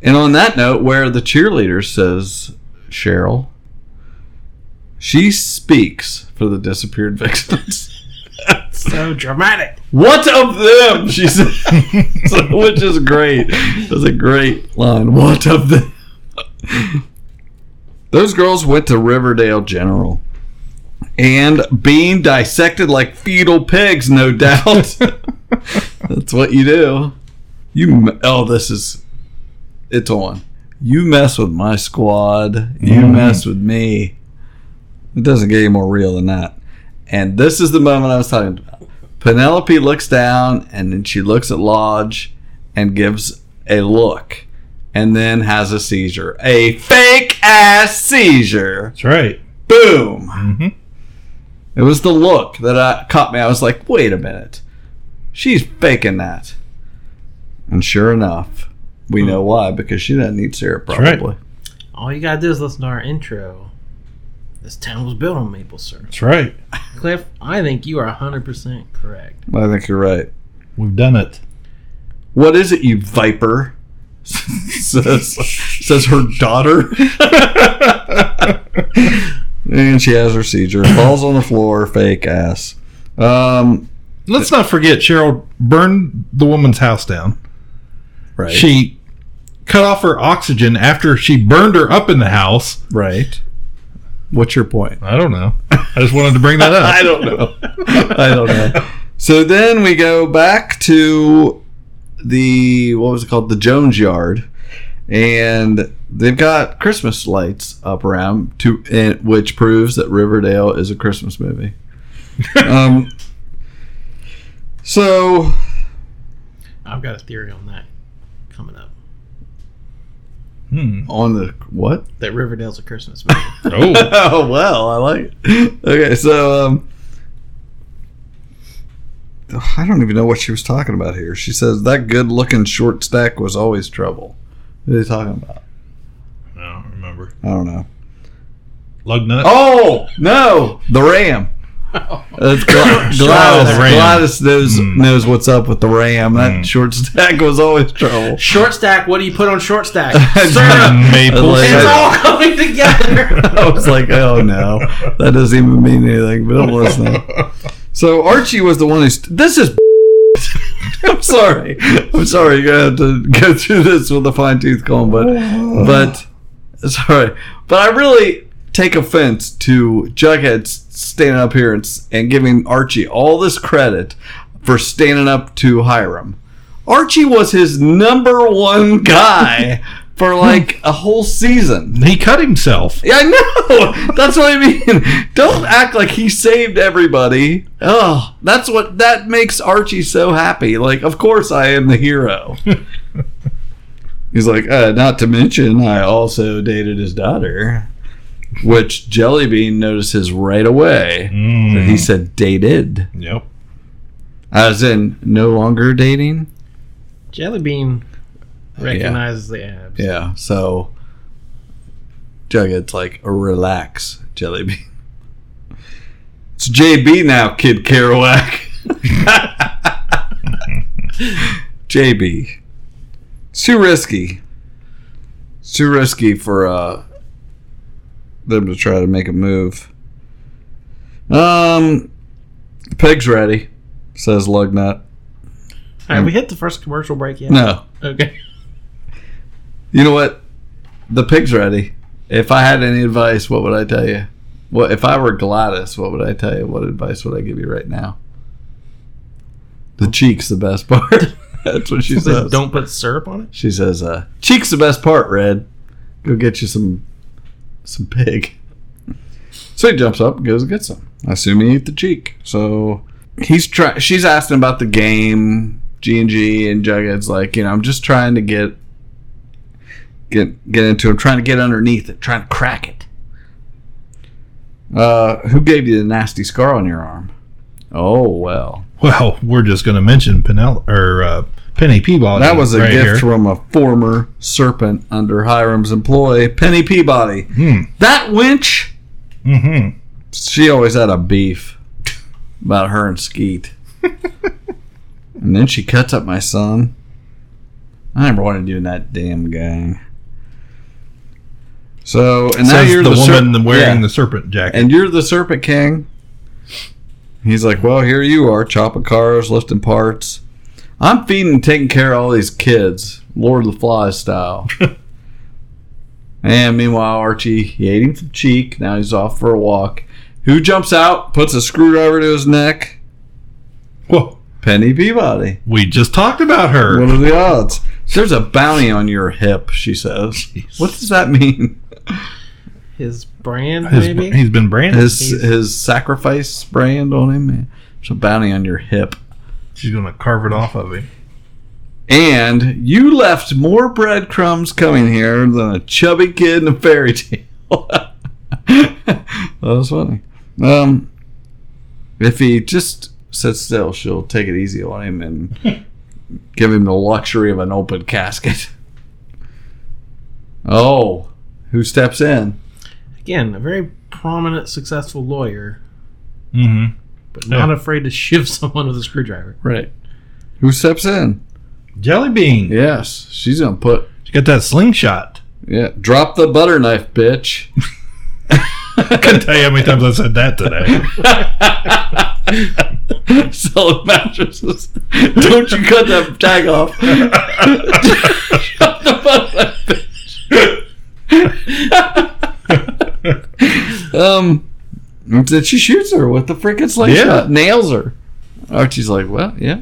[SPEAKER 1] And on that note, where are the cheerleaders says Cheryl, she speaks for the disappeared [LAUGHS] victims.
[SPEAKER 11] so dramatic.
[SPEAKER 1] What of them? She said, So, which is great. That's a great line. What of them? Those girls went to Riverdale General and being dissected like fetal pigs, no doubt. [LAUGHS] That's what you do. You m- oh, this is it's on. You mess with my squad, you
[SPEAKER 2] Mhm.
[SPEAKER 1] mess with me. It doesn't get any more real than that. And this is the moment I was talking about. Penelope looks down and then she looks at Lodge and gives a look and then has a seizure. A fake ass seizure. That's
[SPEAKER 2] right.
[SPEAKER 1] Boom. It was the look that uh, caught me. I was like, wait a minute. She's faking that. And sure enough, we know why because she doesn't eat syrup
[SPEAKER 2] right.
[SPEAKER 1] probably.
[SPEAKER 11] All you gotta do is listen to our intro. This town was built on maple syrup.
[SPEAKER 2] That's right.
[SPEAKER 11] Cliff, I think you are hundred percent correct.
[SPEAKER 1] I think you're right.
[SPEAKER 2] We've done it.
[SPEAKER 1] What is it, you viper? [LAUGHS] says, says her [LAUGHS] daughter. and she has her seizure, falls on the floor, fake ass. Um,
[SPEAKER 2] Let's not forget Cheryl burned the woman's house down.
[SPEAKER 1] Right.
[SPEAKER 2] She cut off her oxygen after she burned her up in the house.
[SPEAKER 1] Right. What's your point?
[SPEAKER 2] I don't know. I just wanted to bring that up.
[SPEAKER 1] [LAUGHS] I don't know. I don't know. So then we go back to the what was it called? The Jones Yard, and they've got Christmas lights up around to, and, which proves that Riverdale is a Christmas [LAUGHS] movie. um, so
[SPEAKER 11] I've got a theory on that coming up.
[SPEAKER 2] Hmm.
[SPEAKER 1] on the what?
[SPEAKER 11] That Riverdale's a Christmas
[SPEAKER 1] [LAUGHS]
[SPEAKER 11] movie.
[SPEAKER 2] Oh. [LAUGHS]
[SPEAKER 1] well, I like it. Okay, so um I don't even know what she was talking about here. She says that good looking short stack was always trouble. What are they talking about?
[SPEAKER 2] I don't remember.
[SPEAKER 1] I don't know.
[SPEAKER 2] Lugnut.
[SPEAKER 1] Oh no, the ram. That's Gla-
[SPEAKER 2] Sure,
[SPEAKER 1] Gladys.
[SPEAKER 2] the ram.
[SPEAKER 1] Gladys knows knows what's up with the ram. That short stack was always trouble.
[SPEAKER 11] Short stack, what do you put on short stack?
[SPEAKER 1] [LAUGHS] Maple
[SPEAKER 11] It's
[SPEAKER 1] syrup.
[SPEAKER 11] all coming together.
[SPEAKER 1] [LAUGHS]
[SPEAKER 11] [LAUGHS]
[SPEAKER 1] I was like, oh no, that doesn't even mean anything. But
[SPEAKER 2] Oh, [LAUGHS]
[SPEAKER 1] I'm listening. So Archie was the one who. St- this is. [LAUGHS] I'm sorry. I'm sorry. You're gonna have to go through this with a fine tooth comb, but but sorry. But I really take offense to Jughead s- standing up here and, s- and giving Archie all this credit for standing up to Hiram. Archie was his number one guy for like a whole season.
[SPEAKER 2] He cut himself.
[SPEAKER 1] Yeah, I know. [LAUGHS] That's what I mean. [LAUGHS] Don't act like he saved everybody. Oh, that's what that makes Archie so happy. Like, of course I am the hero. He's like, uh, not to mention, I also dated his daughter, which
[SPEAKER 2] Hmm. Mm-hmm.
[SPEAKER 1] Jellybean notices right away. That he said dated.
[SPEAKER 2] Yep.
[SPEAKER 1] As in, no longer dating?
[SPEAKER 11] Jellybean recognizes the abs.
[SPEAKER 1] Yeah, so Jughead's like a relax Jellybean. It's JB now, Kid Kerouac. [LAUGHS] JB. It's too risky. It's too risky for uh, them to try to make a move. Um, Peg's ready, says Lugnut.
[SPEAKER 11] All right, we hit the first commercial break yet?
[SPEAKER 1] No.
[SPEAKER 11] [LAUGHS] Okay.
[SPEAKER 1] You know what? The pig's ready. If I had any advice, what would I tell you? Well, if I were Gladys, what would I tell you? What advice would I give you right now? The cheek's the best [LAUGHS] part. That's what she says.
[SPEAKER 11] Don't put syrup on it.
[SPEAKER 1] She says, uh, "Cheek's the best part, Red. Go get you some, some pig." So he jumps up, and goes and gets some. I assume he ate the cheek. So he's trying. She's asking about the game, G and G, and Jughead's like, you know, I'm just trying to get, get, get into. it. I'm trying to get underneath it, trying to crack it. Uh, who gave you the nasty scar on your arm? Oh well,
[SPEAKER 2] Well, we're just going to mention Penel or uh, Penny Peabody.
[SPEAKER 1] that was a
[SPEAKER 2] right
[SPEAKER 1] gift
[SPEAKER 2] here.
[SPEAKER 1] from a former serpent under Hiram's employ, Penny Peabody.
[SPEAKER 2] Hmm.
[SPEAKER 1] That winch.
[SPEAKER 2] Mm-hmm.
[SPEAKER 1] She always had a beef about her and
[SPEAKER 2] [LAUGHS]
[SPEAKER 1] Skeet. and then she cuts up my son. I never wanted to do that damn gang. So and now
[SPEAKER 2] Says
[SPEAKER 1] you're
[SPEAKER 2] the,
[SPEAKER 1] the,
[SPEAKER 2] woman wearing
[SPEAKER 1] yeah.
[SPEAKER 2] the serpent jacket.
[SPEAKER 1] and you're the Serpent King. He's like, well, here you are, chopping cars, lifting parts. I'm feeding and taking care of all these kids, Lord of the Flies style. and meanwhile, Archie, he ate him some cheek. Now he's off for a walk. Who jumps out, puts a screwdriver to his neck?
[SPEAKER 2] Whoa.
[SPEAKER 1] Penny Peabody.
[SPEAKER 2] We just talked about her.
[SPEAKER 1] What are the odds? There's a bounty on your hip, she says. What does that mean?
[SPEAKER 11] His brand,
[SPEAKER 1] His-
[SPEAKER 11] maybe.
[SPEAKER 2] he's been branded.
[SPEAKER 1] His
[SPEAKER 11] He's-
[SPEAKER 1] his sacrifice brand on him. man. There's a bounty on your hip.
[SPEAKER 2] She's going to carve it off of him.
[SPEAKER 1] And you left more breadcrumbs coming here than a chubby kid in a fairy tale. [LAUGHS] that was funny. Um, if he just sits still, she'll take it easy on him and give him the luxury of an open casket. [LAUGHS] Oh, who steps in?
[SPEAKER 11] Again, a very prominent, successful lawyer,
[SPEAKER 2] Mm-hmm.
[SPEAKER 11] but not afraid to shiv [LAUGHS] someone with a screwdriver.
[SPEAKER 1] Right. Who steps in?
[SPEAKER 2] Jelly bean.
[SPEAKER 1] Yes, she's gonna put.
[SPEAKER 2] She got that slingshot.
[SPEAKER 1] Yeah, drop the butter knife, bitch. [LAUGHS]
[SPEAKER 2] Couldn't tell you how many times I said that today.
[SPEAKER 1] [LAUGHS] Solid mattresses. Don't you cut that tag off. Shut the fuck up, bitch. um, then she shoots her with the freaking slingshot.
[SPEAKER 2] Yeah.
[SPEAKER 1] Nails her. Archie's like, well, yeah.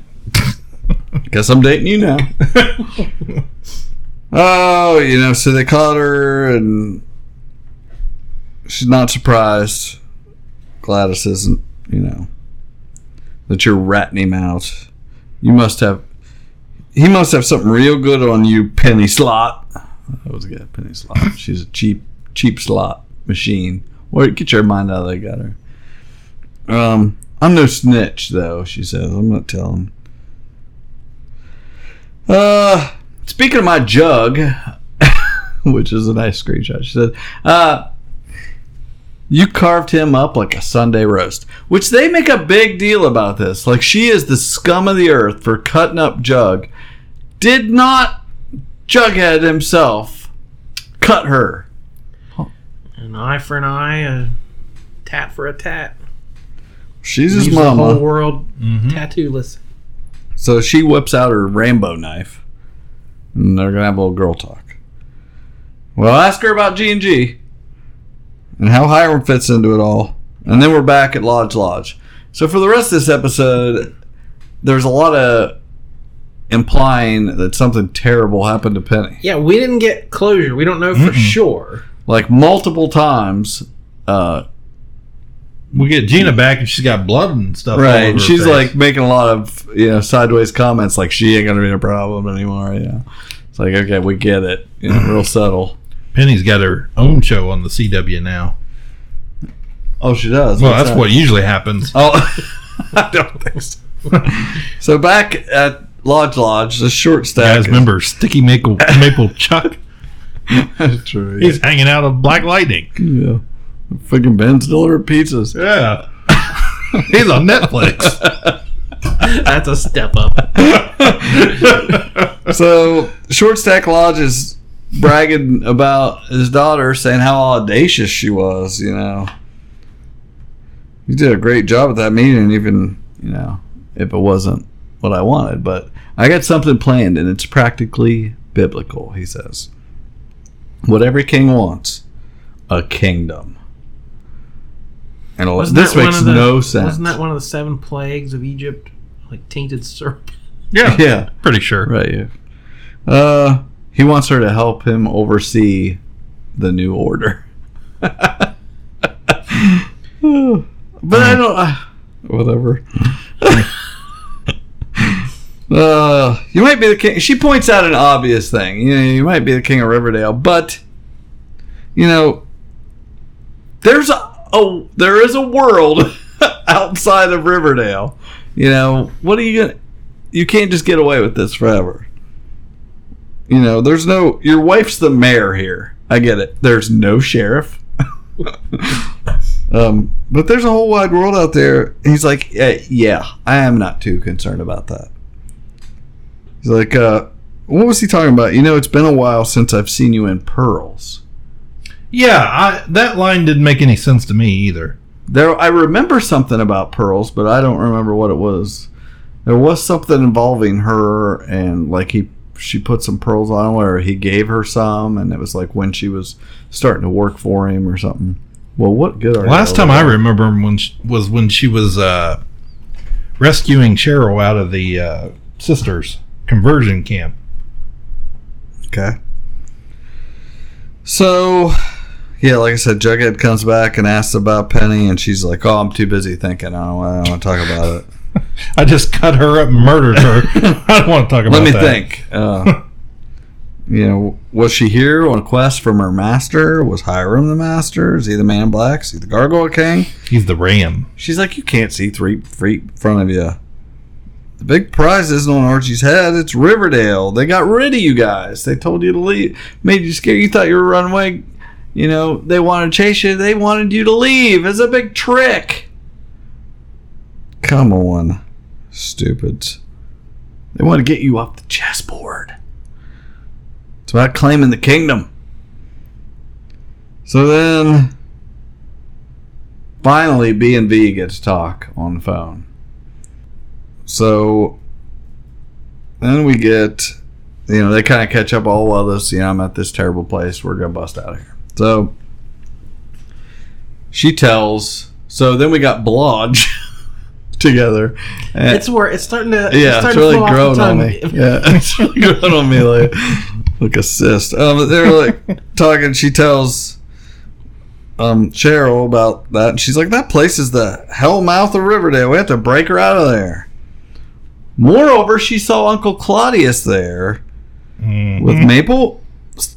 [SPEAKER 1] Guess I'm dating you now. oh, you know, so they caught her and she's not surprised. Gladys isn't, you know, that you're ratting him out. You must have, he must have something real good on you, Penny Slot. That was good, Penny Slot. She's a cheap, cheap slot machine. Or get your mind out of that gutter. Um, I'm no snitch, though, she says. I'm not telling. Uh, speaking of my jug, [LAUGHS] which is a nice screenshot, she said, uh, you carved him up like a Sunday roast, which they make a big deal about this. Like she is the scum of the earth for cutting up Jug. Did not Jughead himself cut her?
[SPEAKER 11] An eye for an eye, a tat for a tat.
[SPEAKER 1] She's his
[SPEAKER 11] Leaves The whole
[SPEAKER 1] mama,
[SPEAKER 11] world tattoo-less.
[SPEAKER 1] so she whips out her Rambo knife, and they're gonna have a little girl talk. Well, ask her about G and G, and how Hiram fits into it all, and then we're back at Lodge Lodge. So for the rest of this episode, there's a lot of implying that something terrible happened to Penny.
[SPEAKER 11] Yeah, we didn't get closure. We don't know for sure.
[SPEAKER 1] Like multiple times. Uh,
[SPEAKER 2] [LAUGHS] We get Gina back and she's got blood and stuff. all over
[SPEAKER 1] right.
[SPEAKER 2] her
[SPEAKER 1] She's
[SPEAKER 2] face.
[SPEAKER 1] like making a lot of you know sideways comments, like she ain't gonna be a problem anymore. You know, it's like okay, we get it. You know, real subtle.
[SPEAKER 2] Penny's got her own show on the CW now.
[SPEAKER 1] Oh, she does.
[SPEAKER 2] Well,
[SPEAKER 1] What's
[SPEAKER 2] that's
[SPEAKER 1] that?
[SPEAKER 2] what usually happens. [LAUGHS]
[SPEAKER 1] Oh, [LAUGHS] I don't think so. So back at Lodge Lodge, the short stack.
[SPEAKER 2] Guys, remember Sticky Maple Maple Chuck?
[SPEAKER 1] [LAUGHS] That's true.
[SPEAKER 2] [LAUGHS] He's hanging out of Black Lightning.
[SPEAKER 1] Yeah. Freaking Ben's delivering
[SPEAKER 2] [LAUGHS]
[SPEAKER 1] pizzas.
[SPEAKER 2] Yeah. He's on Netflix. [LAUGHS]
[SPEAKER 11] That's a step [LAUGHS] up.
[SPEAKER 1] so short stack lodge is bragging about his daughter saying how audacious she was you know you did a great job at that meeting even you know if it wasn't what i wanted but i got something planned and it's practically biblical he says what every king wants a kingdom and
[SPEAKER 11] Wasn't
[SPEAKER 1] this
[SPEAKER 11] that one
[SPEAKER 1] makes
[SPEAKER 11] of the-
[SPEAKER 1] no sense
[SPEAKER 11] Wasn't that one of the seven plagues of Egypt? Like tainted syrup.
[SPEAKER 2] Yeah.
[SPEAKER 1] yeah.
[SPEAKER 2] Pretty sure.
[SPEAKER 1] Right. Yeah. Uh, he wants her to help him oversee the new order. [LAUGHS] but I don't. Uh, whatever. [LAUGHS] uh, you might be the king. She points out an obvious thing. You know, you might be the king of Riverdale, but you know, there's a, a there is a world [LAUGHS] outside of Riverdale. You know, what are you gonna? You can't just get away with this forever. You know, there's no. Your wife's the mayor here. I get it. There's no sheriff. um, but there's a whole wide world out there. And he's like, yeah, yeah, I am not too concerned about that. He's like, uh, what was he talking about? You know, it's been a while since I've seen you in pearls.
[SPEAKER 2] Yeah, I, that line didn't make any sense to me either.
[SPEAKER 1] There, I remember something about pearls, but I don't remember what it was. There was something involving her and like he, she put some pearls on, or he gave her some, and it was like when she was starting to work for him or something. Well, what good are
[SPEAKER 2] Last
[SPEAKER 1] they?
[SPEAKER 2] time I remember him when she, was when she was uh, rescuing Cheryl out of the uh, sisters conversion camp.
[SPEAKER 1] Okay. So, yeah, like I said, Jughead comes back and asks about Penny, and she's like, "Oh, I'm too busy thinking. I don't, I don't want to talk about it.
[SPEAKER 2] I just cut her up and
[SPEAKER 1] [LAUGHS]
[SPEAKER 2] murdered her. I don't want to talk about
[SPEAKER 1] Let me
[SPEAKER 2] that.
[SPEAKER 1] think.
[SPEAKER 2] [LAUGHS]
[SPEAKER 1] Uh, you know, was she here on a quest from her master? Was Hiram the master? Is he the Man in Black? Is he the Gargoyle King?
[SPEAKER 2] He's the Ram.
[SPEAKER 1] She's like, you can't see three feet in front of you. The big prize isn't on Archie's head. It's Riverdale. They got rid of you guys. They told you to leave. Made you scared. You thought you were running away. You know, they wanted to chase you. They wanted you to leave. It's a big trick. Come on, stupids. They want to get you off the chessboard. It's about claiming the kingdom. So then, finally, B and V gets talk on the phone. So then we get, you know, they kind of catch up. All well, this, you know, I'm at this terrible place. We're gonna bust out of here. So she tells. So then we got Blodge [LAUGHS] together. And-
[SPEAKER 11] it's where it's starting to.
[SPEAKER 1] yeah, it's
[SPEAKER 11] starting to
[SPEAKER 1] really
[SPEAKER 11] flow off
[SPEAKER 1] grown
[SPEAKER 11] the
[SPEAKER 1] on
[SPEAKER 11] tongue.
[SPEAKER 1] me. Yeah, [LAUGHS] it's really grown on me. Like, like a cyst. Um, they're
[SPEAKER 11] [LAUGHS]
[SPEAKER 1] like talking. She tells um Cheryl about that, and she's like, "That place is the hell mouth of Riverdale. We have to break her out of there." Moreover, she saw Uncle Claudius there
[SPEAKER 2] Mm,
[SPEAKER 1] with
[SPEAKER 11] Mm.
[SPEAKER 1] maple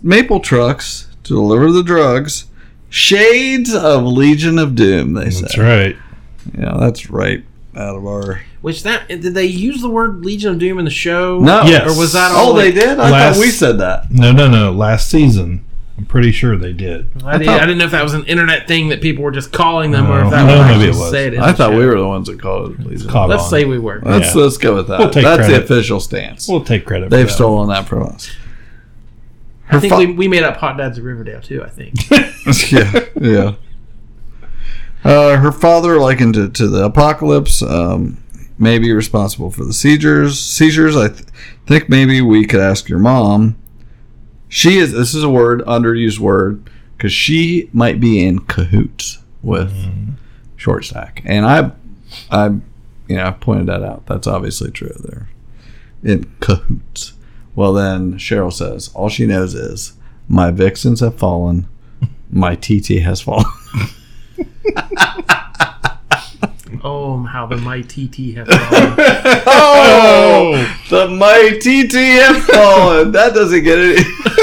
[SPEAKER 1] maple trucks to deliver the drugs. Shades of Legion of Doom. They say that's
[SPEAKER 2] right.
[SPEAKER 1] Yeah, that's right out of our
[SPEAKER 11] Which that did they use the word Legion of Doom in the show?
[SPEAKER 1] No.
[SPEAKER 2] Yes.
[SPEAKER 11] Or was that
[SPEAKER 1] Oh,
[SPEAKER 11] all? like-
[SPEAKER 1] thought we said that.
[SPEAKER 2] No, no, no. Last season, I'm pretty sure they did.
[SPEAKER 11] I, did, I didn't know if that was an internet thing that people were just calling them, or
[SPEAKER 2] No.
[SPEAKER 11] if that
[SPEAKER 2] No,
[SPEAKER 11] was
[SPEAKER 2] maybe
[SPEAKER 11] actually
[SPEAKER 2] it was.
[SPEAKER 11] said. in
[SPEAKER 1] I
[SPEAKER 11] the
[SPEAKER 1] thought
[SPEAKER 11] show.
[SPEAKER 1] we were the ones that called it. Legion.
[SPEAKER 2] Caught
[SPEAKER 11] Let's
[SPEAKER 2] on.
[SPEAKER 11] say we were.
[SPEAKER 1] Let's
[SPEAKER 2] Yeah.
[SPEAKER 1] let's go with that.
[SPEAKER 2] We'll take
[SPEAKER 1] That's the
[SPEAKER 2] credit.
[SPEAKER 1] official stance.
[SPEAKER 2] We'll take credit. for
[SPEAKER 1] They've
[SPEAKER 2] that.
[SPEAKER 1] stolen that from us.
[SPEAKER 11] I think
[SPEAKER 1] fa-
[SPEAKER 11] we, we made up Hot Dads of Riverdale too. I think.
[SPEAKER 1] [LAUGHS] yeah, yeah. Uh, her father likened it to the apocalypse. Um, may be responsible for the seizures. Seizures. I th- think maybe we could ask your mom. She is. This is a word underused word because she might be in cahoots with short stack. And I, I, you know, I pointed that out. That's obviously true. There, in cahoots. Well, then Cheryl says all she knows is my vixens have fallen, my TT has fallen.
[SPEAKER 11] oh, how the my TT have fallen.
[SPEAKER 1] [LAUGHS] oh, the my TT have fallen. That doesn't get it. [LAUGHS]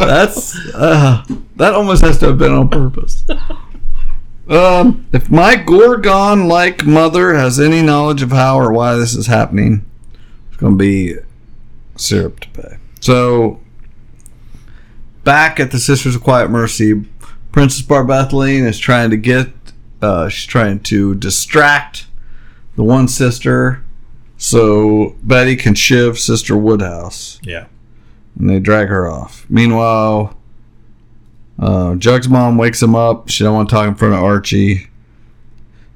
[SPEAKER 1] That's uh, that almost has to have been on purpose. Um, if my Gorgon like mother has any knowledge of how or why this is happening, it's going to be syrup to pay. So, back at the Sisters of Quiet Mercy, Princess Barbethleen is trying to get, uh, she's trying to distract the one sister so Betty can shiv Sister Woodhouse.
[SPEAKER 2] Yeah.
[SPEAKER 1] And they drag her off. Meanwhile, uh, Jug's mom wakes him up. She don't want to talk in front of Archie.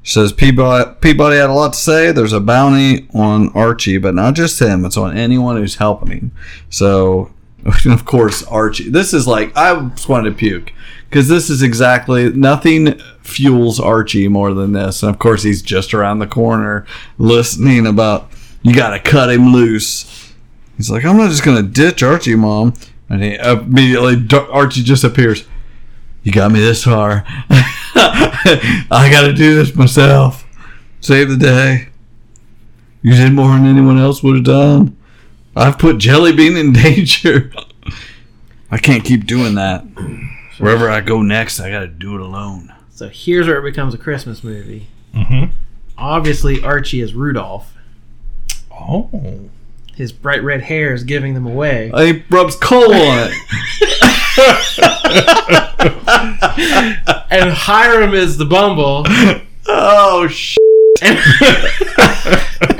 [SPEAKER 1] She says Peabody, Peabody had a lot to say. There's a bounty on Archie, but not just him. It's on anyone who's helping him. So, [LAUGHS] and of course, Archie. This is like I just wanted to puke because this is exactly nothing fuels Archie more than this. And of course, he's just around the corner listening about you got to cut him loose. He's like, I'm not just gonna ditch Archie, mom. And he immediately Dar- Archie just appears. You got me this far. [LAUGHS] I got to do this myself. Save the day. You did more than anyone else would have done. I've put Jelly Bean in [LAUGHS] danger. I can't keep doing that. Wherever I go next, I got to do it alone.
[SPEAKER 11] So here's where it becomes a Christmas movie.
[SPEAKER 2] Mm-hmm.
[SPEAKER 11] Obviously, Archie is Rudolph.
[SPEAKER 2] Oh.
[SPEAKER 11] His bright red hair is giving
[SPEAKER 1] [LAUGHS]
[SPEAKER 11] them away.
[SPEAKER 1] He rubs coal on it.
[SPEAKER 11] and Hiram is the Bumble.
[SPEAKER 1] Oh shit!
[SPEAKER 11] And, [LAUGHS]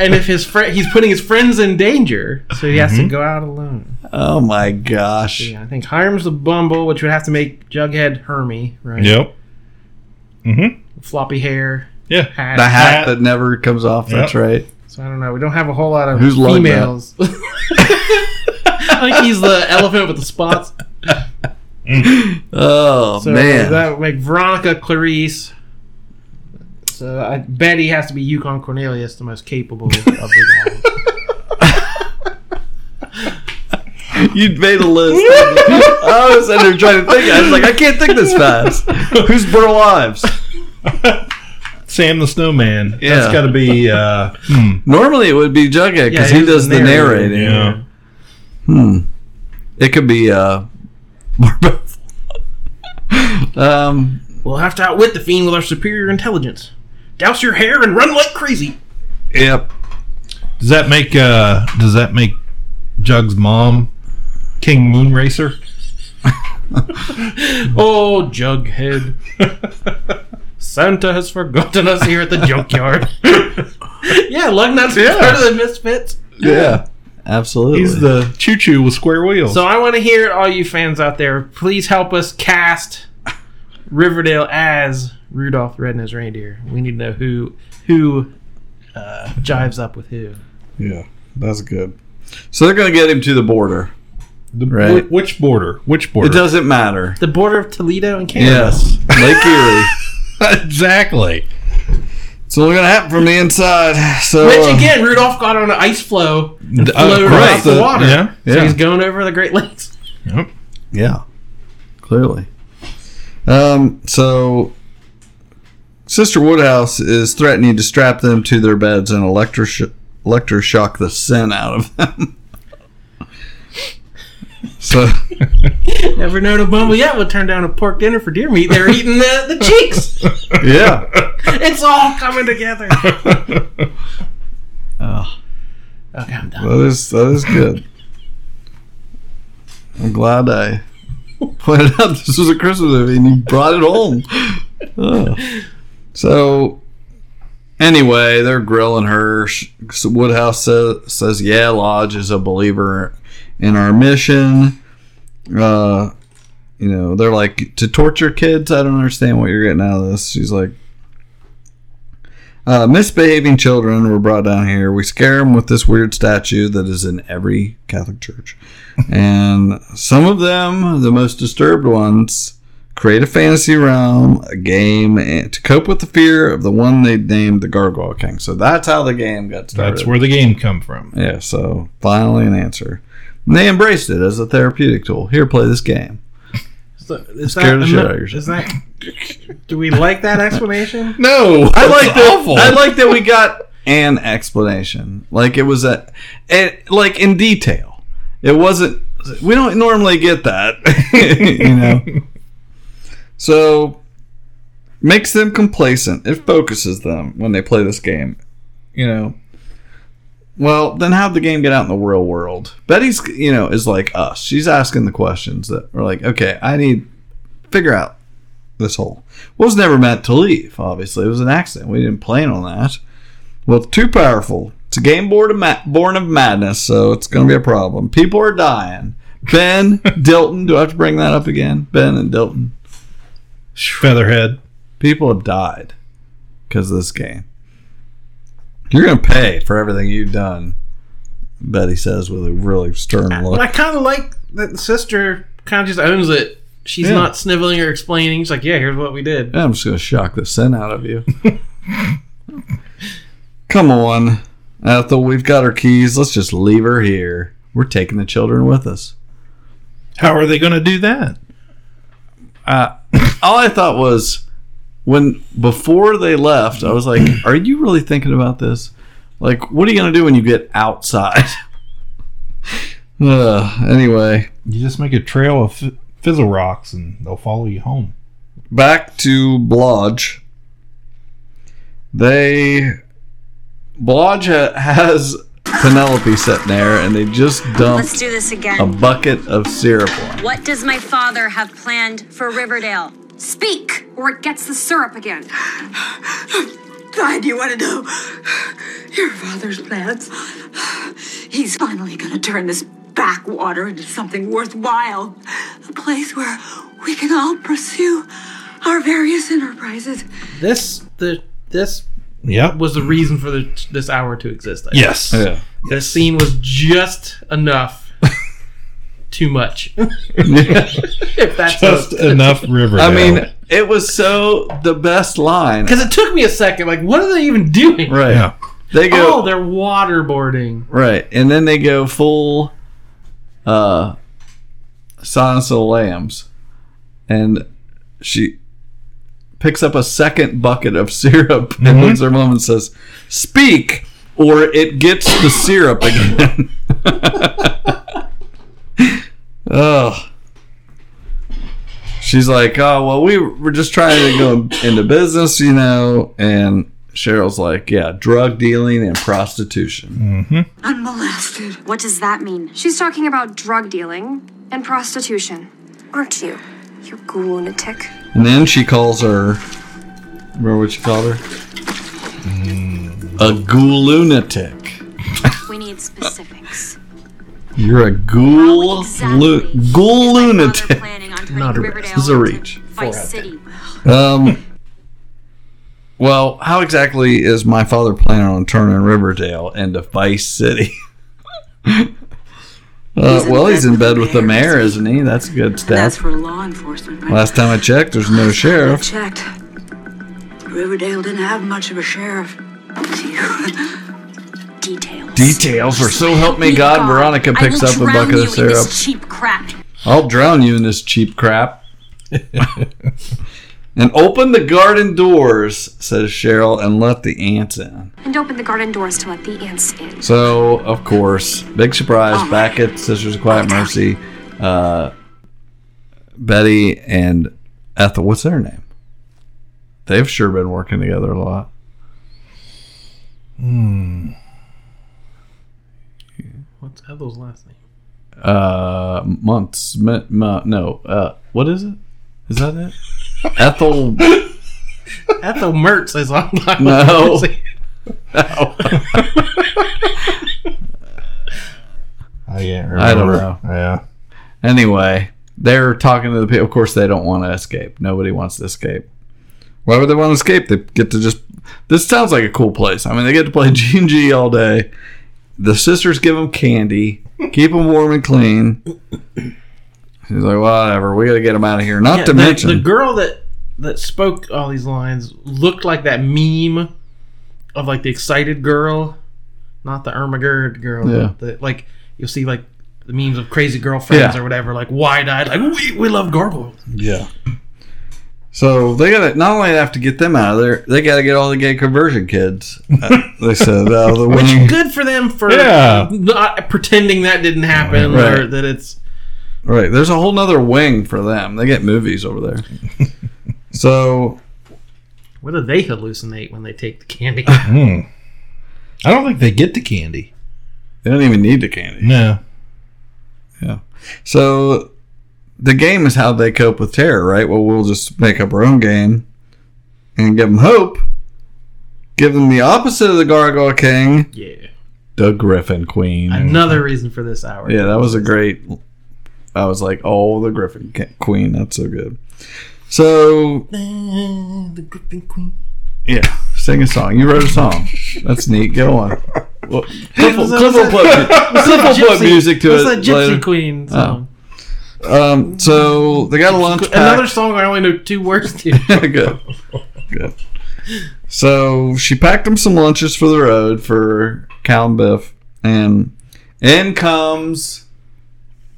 [SPEAKER 11] and if his friend, he's putting his friends in danger, so he has to
[SPEAKER 1] Mhm.
[SPEAKER 11] go out alone.
[SPEAKER 1] Oh my gosh.
[SPEAKER 11] Yeah, I think Hiram's the Bumble, which would have to make Jughead Hermy, right?
[SPEAKER 2] Yep. Mm-hmm.
[SPEAKER 11] Floppy hair.
[SPEAKER 2] Yeah.
[SPEAKER 11] Hat.
[SPEAKER 1] The hat that never comes off. That's
[SPEAKER 11] Yep.
[SPEAKER 1] right.
[SPEAKER 11] So I don't know. We don't have a whole lot of
[SPEAKER 1] Who's like that?
[SPEAKER 11] females. [LAUGHS] I think he's the elephant with the spots.
[SPEAKER 1] Oh
[SPEAKER 11] so
[SPEAKER 1] man. [LAUGHS]
[SPEAKER 11] that would make Veronica Clarice. So I, Betty has to be Yukon Cornelius, the most capable of the
[SPEAKER 1] [LAUGHS]
[SPEAKER 11] all.
[SPEAKER 1] You made a list. I was sitting there trying to think. I was like, I can't think this fast. Who's Burl Ives?
[SPEAKER 2] Sam the Snowman.
[SPEAKER 1] Yeah.
[SPEAKER 2] That's got to be. Uh,
[SPEAKER 1] Normally it would be Jughead because
[SPEAKER 2] Yeah,
[SPEAKER 1] he
[SPEAKER 2] he's
[SPEAKER 1] does
[SPEAKER 2] the
[SPEAKER 1] the
[SPEAKER 2] narrator,
[SPEAKER 1] narrating.
[SPEAKER 2] yeah.
[SPEAKER 1] Hmm. It could be uh, Barbeth. [LAUGHS] um,
[SPEAKER 11] We'll have to outwit the fiend with our superior intelligence. Douse your hair and run like crazy.
[SPEAKER 1] yep.
[SPEAKER 2] Does that make uh does that make Jug's mom King [LAUGHS] Moonracer?
[SPEAKER 11] Oh, Jughead. Santa has forgotten us here at the junkyard. [LAUGHS] yeah, Lugnut's
[SPEAKER 2] Yeah.
[SPEAKER 11] part of the Misfits.
[SPEAKER 1] Yeah. Absolutely.
[SPEAKER 2] He's the choo choo with square wheels.
[SPEAKER 11] So I want to hear all you fans out there. Please help us cast Riverdale as Rudolph the Red-Nosed Reindeer. We need to know who who uh, jives up with who.
[SPEAKER 1] Yeah, that's good. So they're going to get him to the border. right?
[SPEAKER 2] Wh- Which border? Which border?
[SPEAKER 1] It doesn't matter.
[SPEAKER 11] The border of Toledo and Canada.
[SPEAKER 1] Yes. Lake Erie.
[SPEAKER 2] [LAUGHS] exactly.
[SPEAKER 1] It's only going to happen from the inside. So
[SPEAKER 11] Which
[SPEAKER 1] uh,
[SPEAKER 11] again, Rudolph got on an ice floe and
[SPEAKER 1] Uh,
[SPEAKER 11] floated
[SPEAKER 1] right.
[SPEAKER 11] across the
[SPEAKER 1] The-
[SPEAKER 11] water.
[SPEAKER 1] yeah,
[SPEAKER 11] So
[SPEAKER 1] yeah.
[SPEAKER 11] he's going over the Great Lakes.
[SPEAKER 1] Yeah, clearly. Um, so, Sister Woodhouse is threatening to strap them to their beds and electro- electroshock the sin out of them. [LAUGHS] so,
[SPEAKER 11] Never known a bumble yet would turn down a pork dinner for deer meat. They're eating the, the cheeks.
[SPEAKER 1] yeah.
[SPEAKER 11] It's all
[SPEAKER 1] [LAUGHS]
[SPEAKER 11] coming together.
[SPEAKER 1] Oh,
[SPEAKER 11] Okay, I'm done.
[SPEAKER 1] that is that is good. I'm glad I [LAUGHS] pointed out this was a Christmas movie and you brought it home. Oh. So, anyway, they're grilling her. Sh- Woodhouse says, says, Yeah, Lodge is a believer in our mission. Uh, you know, they're like, To torture kids? I don't understand what you're getting out of this. She's like, uh, misbehaving children were brought down here. We scare them with this weird statue that is in every Catholic church. and some of them, the most disturbed ones, create a fantasy realm, a game, and to cope with the fear of the one they named the Gargoyle King. So that's how the game got started.
[SPEAKER 2] That's where the game come from.
[SPEAKER 1] Yeah, so finally an answer. And they embraced it as a therapeutic tool. Here, play this game.
[SPEAKER 11] So, is
[SPEAKER 1] Scared the
[SPEAKER 11] that,
[SPEAKER 1] shit out of yourself.
[SPEAKER 11] is that do we like that explanation?
[SPEAKER 1] [LAUGHS]
[SPEAKER 2] No,
[SPEAKER 1] I
[SPEAKER 2] that's
[SPEAKER 1] like that.
[SPEAKER 2] awful.
[SPEAKER 1] I like that we got an explanation. Like it was a, it, like in detail. It wasn't. We don't [LAUGHS] normally get that, you know. So makes them complacent. It focuses them when they play this game. You know. Well, then have the game get out in the real world. Betty's, you know, is like us. She's asking the questions that are like, okay, I need figure out this hole. Was never meant to leave. Obviously, it was an accident. We didn't plan on that. Well, it's too powerful. It's a game born of, ma- born of madness, so it's going to be a problem. People are dying. Ben Dilton, do I have to bring that up again? Ben and Dilton.
[SPEAKER 2] Featherhead.
[SPEAKER 1] People have died because of this game. You're going to pay for everything you've done, Betty says with a really stern
[SPEAKER 11] But I
[SPEAKER 1] look.
[SPEAKER 11] kind of like that the sister kind of just owns it. She's
[SPEAKER 1] Yeah.
[SPEAKER 11] not sniveling or explaining. She's like, yeah, here's what we did.
[SPEAKER 1] I'm just going to shock the sin out of you. Come on. Ethel, we've got her keys. Let's just leave her here. We're taking the children with us.
[SPEAKER 2] How are they going to do that?
[SPEAKER 1] Uh, [LAUGHS] all I thought was when before they left, I was
[SPEAKER 2] [CLEARS THROAT]
[SPEAKER 1] like, "Are you really thinking about this? Like, what are you gonna do when you get outside?" [LAUGHS] Ugh, anyway,
[SPEAKER 2] you just make a trail of f- fizzle rocks and they'll follow you home.
[SPEAKER 1] Back to Blodge. They Blodge ha- has Penelope sitting there, and they just dumped
[SPEAKER 16] Let's do this
[SPEAKER 1] a
[SPEAKER 16] again.
[SPEAKER 1] bucket of syrup on.
[SPEAKER 16] What does my father have planned for Riverdale? Speak, or it gets the syrup again.
[SPEAKER 5] Glad you want to know your father's plans. He's finally going to turn this backwater into something worthwhile. A place where we can all pursue our various enterprises.
[SPEAKER 11] This the this
[SPEAKER 2] yeah
[SPEAKER 11] was the reason for the, this hour to exist. I
[SPEAKER 2] [LAUGHS] Yes.
[SPEAKER 11] think.
[SPEAKER 2] Yeah.
[SPEAKER 11] This scene was just
[SPEAKER 1] [LAUGHS]
[SPEAKER 11] enough. Too [LAUGHS] much. if that's
[SPEAKER 2] Just enough Riverdale.
[SPEAKER 1] I mean, it was so the best line
[SPEAKER 11] because it took me a second. Like, what are they even doing?
[SPEAKER 1] Right. They go
[SPEAKER 11] Oh, they're waterboarding.
[SPEAKER 1] right, and then they go full uh Silence of the Lambs. And she picks up a second bucket of [LAUGHS] syrup and looks at her mom and says, Speak or it gets the syrup again. [LAUGHS] Ugh. She's like, oh well, we were just trying to go into business, you know. And Cheryl's like, yeah, drug dealing and prostitution. Mm-hmm.
[SPEAKER 16] Unmolested.
[SPEAKER 6] What does that mean?
[SPEAKER 16] She's talking about drug dealing and prostitution. Aren't you? You lunatic.
[SPEAKER 1] And then she calls her. Remember what she called her? A ghoul lunatic.
[SPEAKER 16] We need specifics.
[SPEAKER 1] You're a ghoul lu- ghoul lunatic. Not a reach. This is a reach.
[SPEAKER 16] Vice City.
[SPEAKER 1] Um. Well, how exactly is my father planning on turning Riverdale into Vice City? [LAUGHS] uh, well, he's in bed with the mayor, isn't he? That's good
[SPEAKER 5] That's
[SPEAKER 1] stuff.
[SPEAKER 5] for law enforcement. right?
[SPEAKER 1] Last time I checked, there's no
[SPEAKER 5] I
[SPEAKER 1] sheriff.
[SPEAKER 5] checked. Riverdale didn't have much of a sheriff. Details.
[SPEAKER 1] Details, or so help me God, Veronica picks up a bucket of syrup.
[SPEAKER 16] cheap crap.
[SPEAKER 1] I'll drown you in this cheap crap. and open the garden doors, says Cheryl, and let the ants in.
[SPEAKER 16] And open the garden doors to let the ants in.
[SPEAKER 1] So, of course, big surprise back at Sisters of Quiet Mercy. Uh, Betty and Ethel, what's their name? They've sure been working together a lot.
[SPEAKER 2] Hmm.
[SPEAKER 11] What's Ethel's last name?
[SPEAKER 1] Uh, months. Mi- mo- no. Uh, what is it? Is that it? Ethel.
[SPEAKER 11] Ethel Mertz is on.
[SPEAKER 1] No.
[SPEAKER 2] I can't remember.
[SPEAKER 1] I don't know.
[SPEAKER 2] Yeah.
[SPEAKER 1] [LAUGHS] Anyway, they're talking to the people. Of course, they don't want to escape. Nobody wants to escape. Why would they want to escape? They get to just. This sounds like a cool place. I mean, they get to play [LAUGHS] G and G all day. The sisters give them candy, keep them warm and clean. She's like, whatever. We got to get them out of here. Not
[SPEAKER 11] Yeah,
[SPEAKER 1] to
[SPEAKER 11] the,
[SPEAKER 1] mention,
[SPEAKER 11] the girl that that spoke all these lines looked like that meme of like the excited girl, not the Irma Gerd girl. but
[SPEAKER 1] Yeah.
[SPEAKER 11] the- like you'll see like the memes of crazy girlfriends
[SPEAKER 1] Yeah.
[SPEAKER 11] or whatever, like wide eyed, like we, we
[SPEAKER 1] [LAUGHS]
[SPEAKER 11] love gargoyles.
[SPEAKER 1] Yeah. So they gotta not only have to get them out of there, they gotta get all the gay conversion kids. uh, they said out of the way.
[SPEAKER 11] Which good for them for
[SPEAKER 1] Yeah.
[SPEAKER 11] not pretending that didn't happen or
[SPEAKER 1] Right.
[SPEAKER 11] that it's
[SPEAKER 1] Right. There's a whole nother wing for them. They get movies over there. so
[SPEAKER 11] What do they hallucinate when they take
[SPEAKER 1] [LAUGHS]
[SPEAKER 11] the candy?
[SPEAKER 2] Hmm. I don't think they get the candy.
[SPEAKER 1] They don't even need the candy.
[SPEAKER 2] No.
[SPEAKER 1] Yeah. So the game is how they cope with terror, right? Well, we'll just make up our own game and give them hope. Give them the opposite of the Gargoyle King.
[SPEAKER 11] Yeah.
[SPEAKER 1] The Griffin Queen.
[SPEAKER 11] Another reason for this hour.
[SPEAKER 1] Yeah, that was a great. I was like, oh, the Griffin Ca- Queen. That's so good. So
[SPEAKER 11] the Griffin Queen.
[SPEAKER 1] yeah, sing a song. You wrote a song. That's neat. Go on. Well, Cliff will,
[SPEAKER 11] What's that-
[SPEAKER 1] Cliff will put,
[SPEAKER 11] what's that- what's
[SPEAKER 1] Cliff
[SPEAKER 11] that
[SPEAKER 1] will put
[SPEAKER 11] gypsy-
[SPEAKER 1] music to
[SPEAKER 11] what's
[SPEAKER 1] it.
[SPEAKER 11] that gypsy
[SPEAKER 1] later.
[SPEAKER 11] queen
[SPEAKER 1] Oh.
[SPEAKER 11] song?
[SPEAKER 1] Um, so they got a lunch.
[SPEAKER 11] Another song I only know two words to.
[SPEAKER 1] [LAUGHS] good. Good. So she packed them some lunches for the road for Cal and Biff, and in comes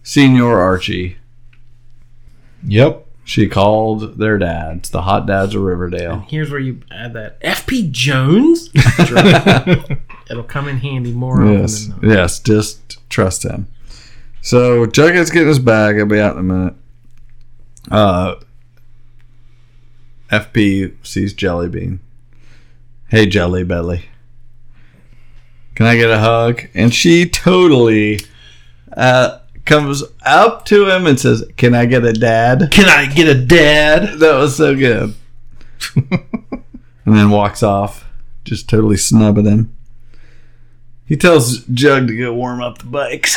[SPEAKER 1] Senior Archie.
[SPEAKER 2] Yep.
[SPEAKER 1] She called their dads, the hot dads of Riverdale.
[SPEAKER 11] [LAUGHS] Here's where you add that FP Jones. [LAUGHS] It'll come in handy more
[SPEAKER 1] Yes,
[SPEAKER 11] often than
[SPEAKER 1] yes, just trust him. So Jughead's getting his bag. I'll be out in a minute. Uh, FP sees Jelly Bean. Hey, Jelly Belly. Can I get a hug? And she totally uh, comes up to him and says, Can I get a dad?
[SPEAKER 2] Can I get a dad?
[SPEAKER 1] That was so
[SPEAKER 2] [LAUGHS]
[SPEAKER 1] good. and then walks off, just totally snubbing him. He tells Jug to go warm up the bikes. [LAUGHS]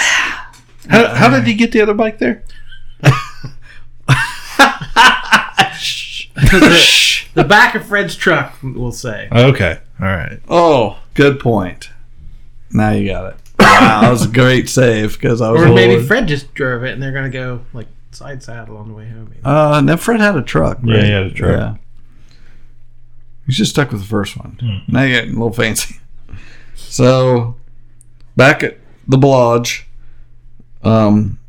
[SPEAKER 2] How, how did he get the other bike there?
[SPEAKER 11] the, the back of Fred's truck will say.
[SPEAKER 2] Okay. All right.
[SPEAKER 1] Oh, good point. Now you got it. Wow, that was a great save because I was.
[SPEAKER 11] Or maybe
[SPEAKER 1] holding-
[SPEAKER 11] Fred just drove it and they're gonna go like side saddle on the way home.
[SPEAKER 1] Uh, no, Fred had a truck.
[SPEAKER 2] Yeah, he had a truck.
[SPEAKER 1] Yeah. He's just stuck with the first one.
[SPEAKER 2] Hmm.
[SPEAKER 1] Now you're getting a little fancy. [LAUGHS] So, back at the Blodge, um,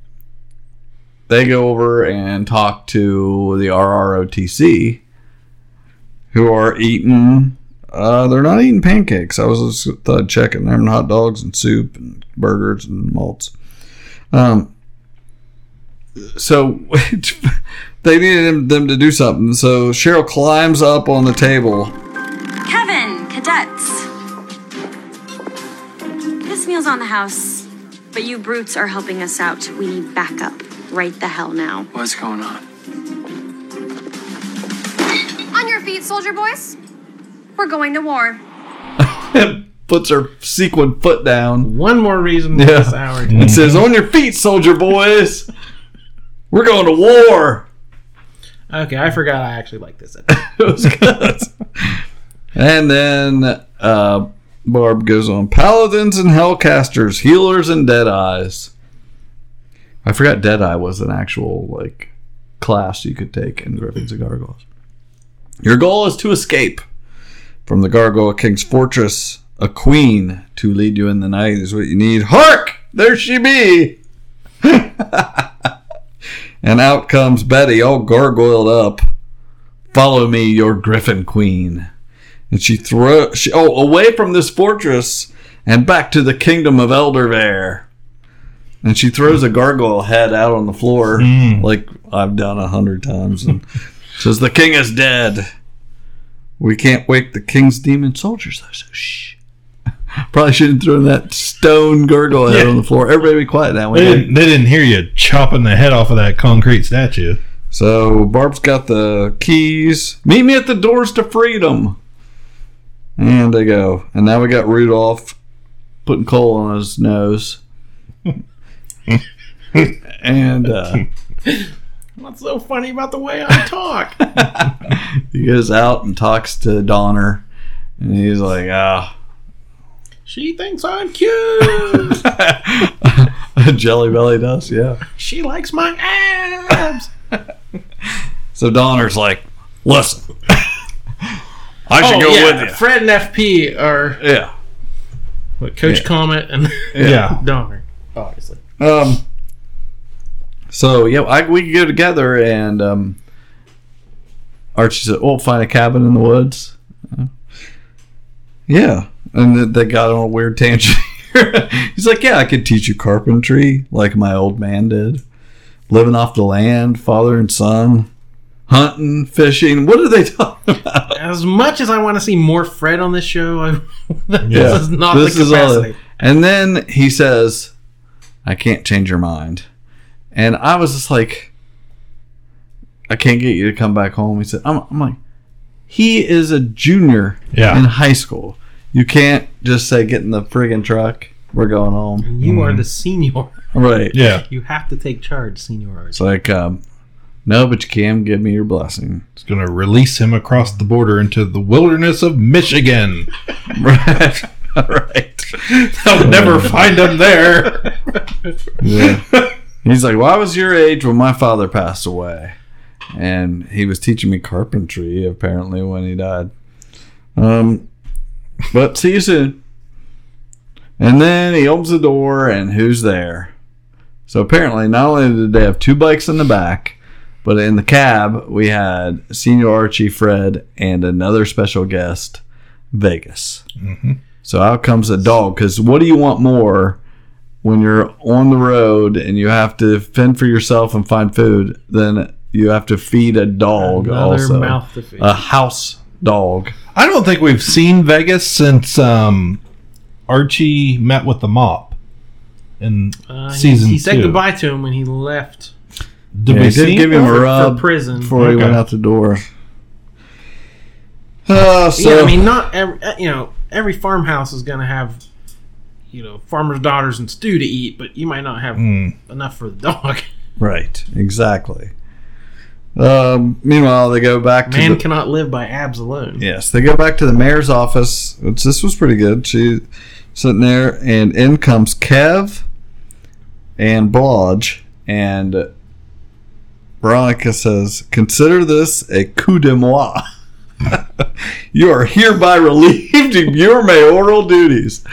[SPEAKER 1] they go over and talk to the RROTC, who are eating. Uh, they're not eating pancakes. I was just thought checking. They're having hot dogs and soup and burgers and malts. Um, so [LAUGHS] they needed him, them to do something. So Cheryl climbs up on the table.
[SPEAKER 17] Kevin, cadets. This meal's on the house, but you brutes are helping us out. We need backup right the hell now.
[SPEAKER 8] What's going on?
[SPEAKER 16] On your feet, soldier boys. We're going to war.
[SPEAKER 1] puts her sequin foot down.
[SPEAKER 11] One more reason for this hour.
[SPEAKER 1] And says, On your feet, soldier boys. We're going to war.
[SPEAKER 11] Okay, I forgot I actually like this.
[SPEAKER 1] [LAUGHS] And then uh, Barb goes on Paladins and Hellcasters, Healers and Deadeyes. I forgot Deadeye was an actual like class you could take in Griffins and Gargoyles. Your goal is to escape from the Gargoyle King's fortress. A queen to lead you in the night is what you need. Hark! There she be! and out comes Betty, all gargoyled up. Follow me, your Griffin Queen. And she throw she oh away from this fortress and back to the kingdom of Eldervare. And she throws a gargoyle head out on the floor like I've done a hundred times and [LAUGHS] says the king is dead. We can't wake the king's demon soldiers though, so shh. [LAUGHS] Probably shouldn't throw that stone gargoyle head
[SPEAKER 2] Yeah.
[SPEAKER 1] on the floor. Everybody be quiet now.
[SPEAKER 2] They didn't, they didn't hear you chopping the head off of that concrete statue.
[SPEAKER 1] So Barb's got the keys. Meet me at the doors to freedom. And they go. And now we got Rudolph putting coal on his
[SPEAKER 11] [LAUGHS]
[SPEAKER 1] nose. and uh,
[SPEAKER 11] What's so funny about the way I talk?
[SPEAKER 1] he goes out and talks to Donner. And he's like, ah, [LAUGHS]
[SPEAKER 11] she thinks I'm cute. [LAUGHS]
[SPEAKER 1] Jelly Belly does, yeah.
[SPEAKER 11] she likes my abs.
[SPEAKER 1] So Donner's like, listen, [LAUGHS] I should
[SPEAKER 11] Oh,
[SPEAKER 1] go
[SPEAKER 11] yeah,
[SPEAKER 1] with you.
[SPEAKER 11] Fred and FP are
[SPEAKER 1] yeah.
[SPEAKER 11] What Coach
[SPEAKER 1] Yeah.
[SPEAKER 11] Comet and [LAUGHS]
[SPEAKER 1] Yeah.
[SPEAKER 11] Donner, obviously.
[SPEAKER 1] Um. So yeah, I, we could go together, and um, Archie said, "We'll find a cabin in the woods." Uh, Yeah, and th- they got on a weird tangent. [LAUGHS] He's like, "Yeah, I could teach you carpentry, like my old man did, living off the land, father and son." hunting, fishing. What are they [LAUGHS] talking about?
[SPEAKER 11] As much as I want to see more Fred on this show, I, [LAUGHS] this is not the
[SPEAKER 1] all-
[SPEAKER 11] capacity.
[SPEAKER 1] and then he says, "I can't change your mind," and I was just like, "I can't get you to come back home." He said, "I'm, I'm like, he is a junior in high school. You can't just say get in the friggin' truck. We're going home.
[SPEAKER 11] you are
[SPEAKER 1] Mm-hmm.
[SPEAKER 11] the senior.
[SPEAKER 1] Right. Yeah.
[SPEAKER 11] You have to take charge, senior.
[SPEAKER 1] It's like, um, no, but you can give me your blessing. [LAUGHS]
[SPEAKER 2] It's going to release him across the border into the wilderness of Michigan.
[SPEAKER 1] right. [LAUGHS] Right.
[SPEAKER 2] [LAUGHS] They'll never find him there.
[SPEAKER 1] Yeah. He's like, Well, I was your age when my father passed away. And he was teaching me carpentry, apparently, when he died. Um, but see you soon. And then he opens the door, and who's there? So apparently, not only did they have two bikes in the back, but in the cab, we had Senior Archie, Fred, and another special guest, Vegas.
[SPEAKER 2] Mhm.
[SPEAKER 1] So out comes a dog. Because what do you want more when you're on the road and you have to fend for yourself and find food than you have to feed a dog
[SPEAKER 2] Another
[SPEAKER 1] also Uh,
[SPEAKER 2] mouth to feed.
[SPEAKER 1] a house dog.
[SPEAKER 2] I don't think we've seen Vegas since um, Archie met with the mop in
[SPEAKER 11] Uh, he-
[SPEAKER 2] season
[SPEAKER 11] he,
[SPEAKER 2] two.
[SPEAKER 11] said goodbye to him when he left.
[SPEAKER 2] Did
[SPEAKER 1] Yeah,
[SPEAKER 2] we
[SPEAKER 1] he did
[SPEAKER 2] see
[SPEAKER 1] give him
[SPEAKER 11] For-
[SPEAKER 1] a
[SPEAKER 11] for
[SPEAKER 1] rub
[SPEAKER 11] prison.
[SPEAKER 1] before he went
[SPEAKER 11] Okay.
[SPEAKER 1] out the door. Uh, so
[SPEAKER 11] yeah, I mean, not every uh, you know every farmhouse is going to have you know farmers' daughters and stew to eat, but you might not have
[SPEAKER 1] Mm.
[SPEAKER 11] enough for
[SPEAKER 1] [LAUGHS]
[SPEAKER 11] the dog.
[SPEAKER 1] right, exactly. Um, meanwhile, they go back to
[SPEAKER 11] Man
[SPEAKER 1] the-
[SPEAKER 11] cannot live by abs alone.
[SPEAKER 1] Yes, they go back to the mayor's office, which this was pretty good. She sitting there, and in comes Kev and Blodge, and Veronica says, "Consider this a coup de moi. [LAUGHS] you are hereby relieved of your mayoral duties."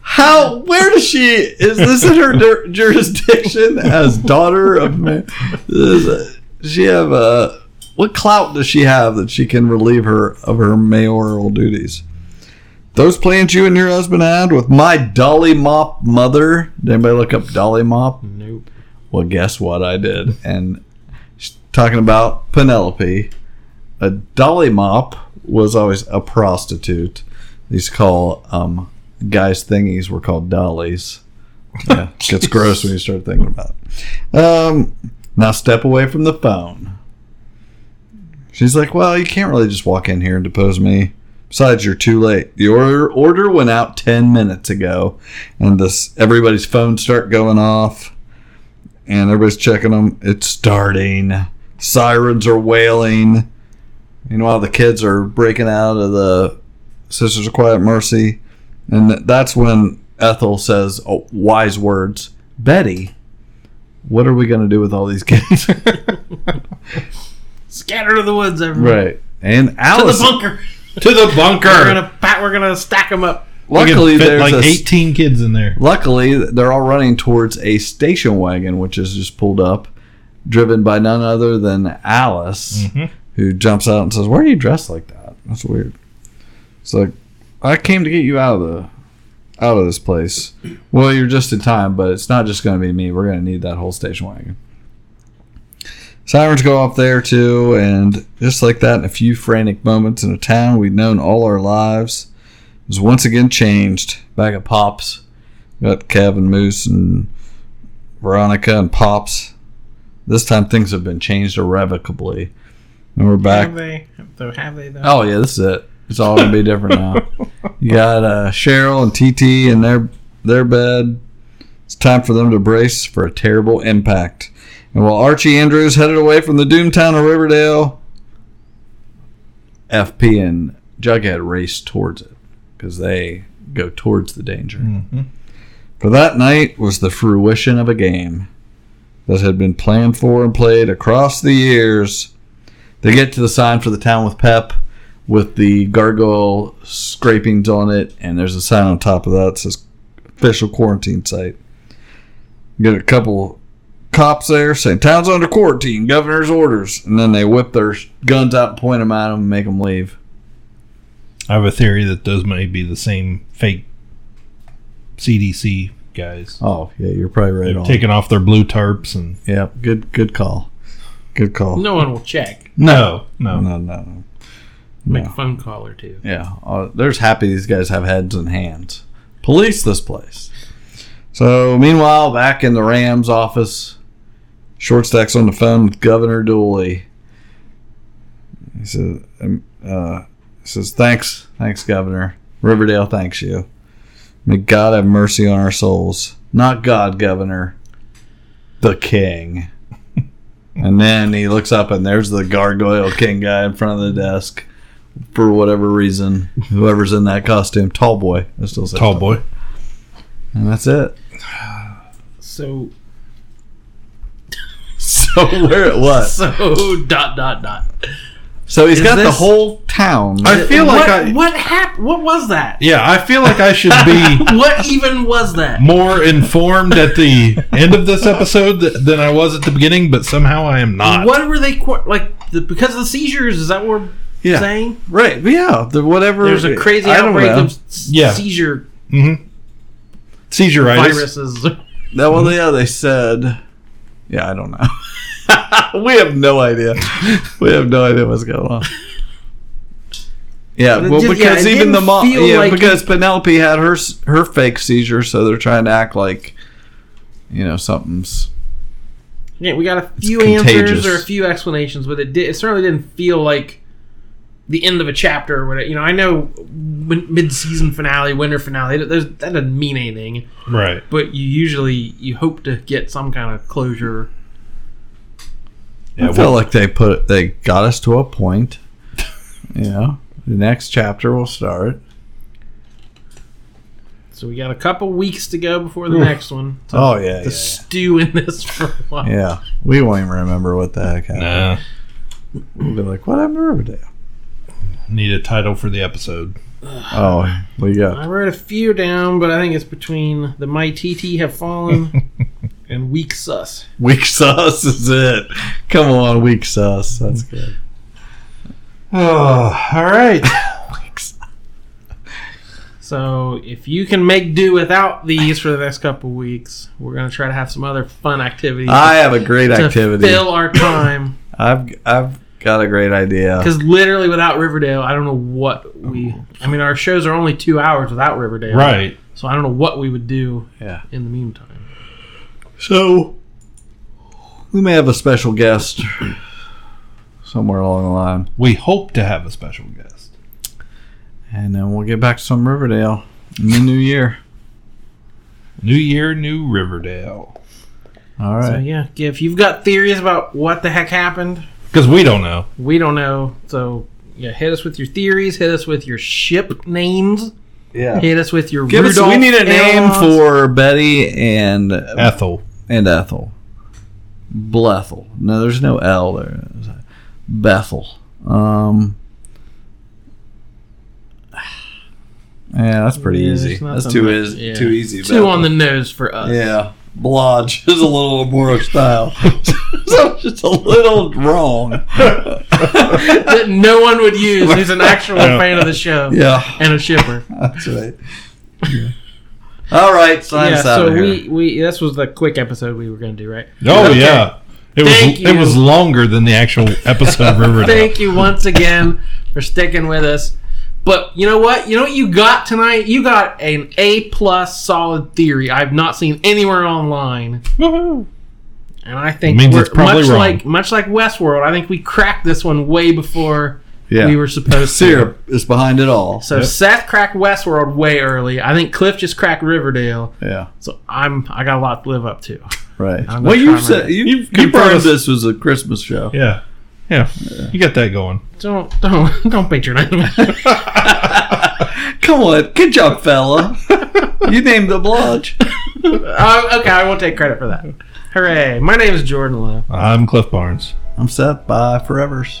[SPEAKER 1] How? Where does she? Is this in her dur- jurisdiction as daughter of man? Does she have a what clout does she have that she can relieve her of her mayoral duties? Those plans you and your husband had with my Dolly Mop mother. Did anybody look up Dolly Mop?
[SPEAKER 11] Nope.
[SPEAKER 1] Well, guess what I did. And she's talking about Penelope. A dolly mop was always a prostitute. These call um, guys thingies were called dollies. Yeah, it gets gross when you start thinking about. It. Um, now step away from the phone. She's like, "Well, you can't really just walk in here and depose me. Besides, you're too late. The order order went out ten minutes ago, and this everybody's phones start going off, and everybody's checking them. It's starting. Sirens are wailing. Meanwhile, the kids are breaking out of the Sisters of Quiet Mercy, and th- that's when Ethel says oh, wise words. Betty, what are we going to do with all these kids? [LAUGHS]
[SPEAKER 11] Scatter to the woods, everyone.
[SPEAKER 1] right. And
[SPEAKER 11] To
[SPEAKER 1] Alice
[SPEAKER 11] the bunker.
[SPEAKER 2] To the bunker.
[SPEAKER 11] We're gonna pat, we're gonna stack them up.
[SPEAKER 1] Luckily,
[SPEAKER 2] We can fit
[SPEAKER 1] there's
[SPEAKER 2] like
[SPEAKER 1] a s-
[SPEAKER 2] 18 kids in there.
[SPEAKER 1] Luckily, they're all running towards a station wagon, which is just pulled up, driven by none other than Alice,
[SPEAKER 2] Mhm.
[SPEAKER 1] who jumps out and says, "Why are you dressed like that? That's weird." It's like, "I came to get you out of the, out of this place." Well, you're just in time, but it's not just going to be me. We're going to need that whole station wagon. Sirens go off there too, and just like that, in a few frantic moments in a town we'd known all our lives, was once again changed. Back at Pops, got Kev and Moose and Veronica and Pops. This time things have been changed irrevocably, and we're back.
[SPEAKER 11] Have they? Though have they though?
[SPEAKER 1] Oh yeah, this is it. It's all gonna be different now. You got uh, Cheryl and TT in their their bed. It's time for them to brace for a terrible impact. And while Archie Andrews headed away from the Doomtown of Riverdale, FP and Jughead race towards it because they go towards the danger. For that night was the fruition of a game that had been planned for and played across the years. They get to the sign for the town with Pep with the gargoyle scrapings on it, and there's a sign on top of that that says official quarantine site. Get a couple cops there saying, Town's under quarantine, governor's orders. And then they whip their guns out and point them at them and make them leave.
[SPEAKER 2] I have a theory that those may be the same fake CDC guys.
[SPEAKER 1] Oh, yeah, you're probably right
[SPEAKER 2] They've
[SPEAKER 1] on.
[SPEAKER 2] Taking off their blue tarps and
[SPEAKER 1] Yeah, good good call. Good call.
[SPEAKER 11] No one will check.
[SPEAKER 2] No, no,
[SPEAKER 1] no, no. no.
[SPEAKER 11] Make a phone call or two.
[SPEAKER 1] Yeah, uh, there's happy these guys have heads and hands. Police this place. So, meanwhile, back in the Rams office, Shortstack's on the phone with Governor Dooley. He says, um, uh, he says Thanks, thanks, Governor. Riverdale thanks you. May God have mercy on our souls. Not God, Governor, the King. [LAUGHS] and then he looks up, and there's the Gargoyle King guy in front of the desk for whatever reason, whoever's in that costume, tall boy. I still say
[SPEAKER 2] Tall boy.
[SPEAKER 1] And that's it.
[SPEAKER 11] So
[SPEAKER 1] So where it was.
[SPEAKER 11] So dot dot dot.
[SPEAKER 1] So he's
[SPEAKER 11] Is
[SPEAKER 1] got the
[SPEAKER 11] this-
[SPEAKER 1] whole town.
[SPEAKER 2] I feel like
[SPEAKER 11] what,
[SPEAKER 2] I-
[SPEAKER 11] what happened? What was that?
[SPEAKER 2] Yeah, I feel like I should be [LAUGHS]
[SPEAKER 11] What even was that?
[SPEAKER 2] more informed at the end of this episode th- than I was at the beginning, but somehow I am not.
[SPEAKER 11] What were they qu- like? The, because of the seizures? Is that what we're
[SPEAKER 2] Yeah.
[SPEAKER 11] saying?
[SPEAKER 1] Right? Yeah. The whatever.
[SPEAKER 11] There's a crazy
[SPEAKER 1] I don't
[SPEAKER 11] outbreak
[SPEAKER 1] know.
[SPEAKER 11] of s-
[SPEAKER 2] Yeah.
[SPEAKER 11] seizure
[SPEAKER 2] Mm-hmm. Seizure-itis.
[SPEAKER 11] viruses. [LAUGHS]
[SPEAKER 1] That well, yeah, they said. Yeah, I don't know. [LAUGHS] we have no idea. We have no idea what's going on. Yeah,
[SPEAKER 11] But it
[SPEAKER 1] well,
[SPEAKER 11] just- yeah,
[SPEAKER 1] because
[SPEAKER 11] it
[SPEAKER 1] even the
[SPEAKER 11] didn't
[SPEAKER 1] mom,
[SPEAKER 11] feel
[SPEAKER 1] yeah,
[SPEAKER 11] like
[SPEAKER 1] because Penelope had her s- her fake seizure, so they're trying to act like, you know, something's
[SPEAKER 11] Yeah, we got a
[SPEAKER 1] It's
[SPEAKER 11] few answers
[SPEAKER 1] contagious.
[SPEAKER 11] or a few explanations, but it did. It certainly didn't feel like the end of a chapter or whatever. You know, I know win- mid-season finale, winter finale. th- there's- That doesn't mean anything,
[SPEAKER 2] Right.
[SPEAKER 11] but you usually you hope to get some kind of closure.
[SPEAKER 1] I feel like they put they got us to a point. [LAUGHS] You know, the next chapter will start.
[SPEAKER 11] So we got a couple weeks to go before the
[SPEAKER 1] Oof.
[SPEAKER 11] next one. to-
[SPEAKER 1] Oh, yeah,
[SPEAKER 11] to
[SPEAKER 1] yeah, yeah.
[SPEAKER 11] stew in this [LAUGHS] for a while.
[SPEAKER 1] Yeah, we won't even remember what the heck happened. We'll be like, what happened to Riverdale?
[SPEAKER 2] Need a title for the episode.
[SPEAKER 1] Oh, we got
[SPEAKER 11] I wrote a few down, but I think it's between the my TT have
[SPEAKER 1] [LAUGHS]
[SPEAKER 11] fallen and weak sus.
[SPEAKER 1] weak sauce is it? Come on, weak sauce. That's good.
[SPEAKER 2] Oh, [SIGHS] all right.
[SPEAKER 11] So if you can make do without these for the next couple weeks, we're gonna try to have some other fun activities.
[SPEAKER 1] I have a great
[SPEAKER 11] to
[SPEAKER 1] activity.
[SPEAKER 11] Fill our time
[SPEAKER 1] I've I've got a great idea.
[SPEAKER 11] because literally without Riverdale, I don't know what we. I mean, our shows are only two hours without Riverdale,
[SPEAKER 2] Right.
[SPEAKER 11] So I don't know what we would do.
[SPEAKER 1] Yeah.
[SPEAKER 11] In the meantime,
[SPEAKER 1] So we may have a special guest somewhere along the line,
[SPEAKER 2] We hope to have a special guest.
[SPEAKER 1] and then we'll get back to some Riverdale in the new year.
[SPEAKER 2] New year, new Riverdale.
[SPEAKER 1] All
[SPEAKER 11] so
[SPEAKER 1] right.
[SPEAKER 11] yeah, if you've got theories about what the heck happened,
[SPEAKER 2] Because we don't know.
[SPEAKER 11] we don't know. So yeah, hit us with your theories. Hit us with your ship names.
[SPEAKER 1] Yeah.
[SPEAKER 11] Hit us with your.
[SPEAKER 1] Give us, we
[SPEAKER 11] Rudolph
[SPEAKER 1] need a name
[SPEAKER 11] Elrons.
[SPEAKER 1] for Betty and
[SPEAKER 2] Ethel.
[SPEAKER 1] and Ethel. Blethel. No, there's no L there. Bethel. Um, yeah, that's pretty
[SPEAKER 11] Yeah,
[SPEAKER 1] easy.
[SPEAKER 11] there's not
[SPEAKER 1] That's
[SPEAKER 11] that
[SPEAKER 1] too
[SPEAKER 11] much-
[SPEAKER 1] is
[SPEAKER 11] yeah.
[SPEAKER 1] too easy.
[SPEAKER 11] Two
[SPEAKER 1] Bethel.
[SPEAKER 11] on the nose for us.
[SPEAKER 1] yeah. Blodge [LAUGHS] is a little more style. [LAUGHS] so it's just a little
[SPEAKER 11] [LAUGHS]
[SPEAKER 1] wrong. [LAUGHS]
[SPEAKER 11] that no one would use who's an actual fan of the show
[SPEAKER 1] Yeah,
[SPEAKER 11] and a shipper.
[SPEAKER 1] that's right. Yeah. All right, sign
[SPEAKER 11] yeah,
[SPEAKER 1] us out
[SPEAKER 11] so
[SPEAKER 1] of here.
[SPEAKER 11] we, we this was the quick episode we were going to do, right?
[SPEAKER 2] Oh
[SPEAKER 11] Okay.
[SPEAKER 2] yeah. It
[SPEAKER 11] Thank
[SPEAKER 2] was it
[SPEAKER 11] you.
[SPEAKER 2] was longer than the actual episode
[SPEAKER 11] [LAUGHS]
[SPEAKER 2] of Riverdale.
[SPEAKER 11] Thank you once again for sticking with us. But you know what? You know what you got tonight? You got an A plus solid theory I've not seen anywhere online.
[SPEAKER 2] Woohoo.
[SPEAKER 11] And I think
[SPEAKER 2] Means
[SPEAKER 11] we're,
[SPEAKER 2] it's probably
[SPEAKER 11] much
[SPEAKER 2] wrong.
[SPEAKER 11] like much like Westworld, I think we cracked this one way before
[SPEAKER 1] yeah.
[SPEAKER 11] we were supposed to.
[SPEAKER 1] Syrup is behind it all.
[SPEAKER 11] So Seth cracked Westworld way early. I think Cliff just cracked Riverdale.
[SPEAKER 1] yeah.
[SPEAKER 11] So I'm I got a lot to live up to.
[SPEAKER 1] Right.
[SPEAKER 11] I'm
[SPEAKER 1] Well,
[SPEAKER 11] gonna
[SPEAKER 1] you
[SPEAKER 11] try my
[SPEAKER 1] said
[SPEAKER 11] best.
[SPEAKER 1] you,
[SPEAKER 2] You've
[SPEAKER 1] you
[SPEAKER 2] confirmed
[SPEAKER 1] confirmed
[SPEAKER 2] us-
[SPEAKER 1] this was a Christmas show.
[SPEAKER 2] Yeah. Yeah. You got that going.
[SPEAKER 11] Don't don't [LAUGHS] don't paint your name.
[SPEAKER 1] Come on, good job, fella. you named the blodge.
[SPEAKER 11] um, okay, I won't take credit for that. Hooray! My name is Jordan Lowe.
[SPEAKER 2] I'm Cliff Barnes.
[SPEAKER 1] I'm set by Forever's.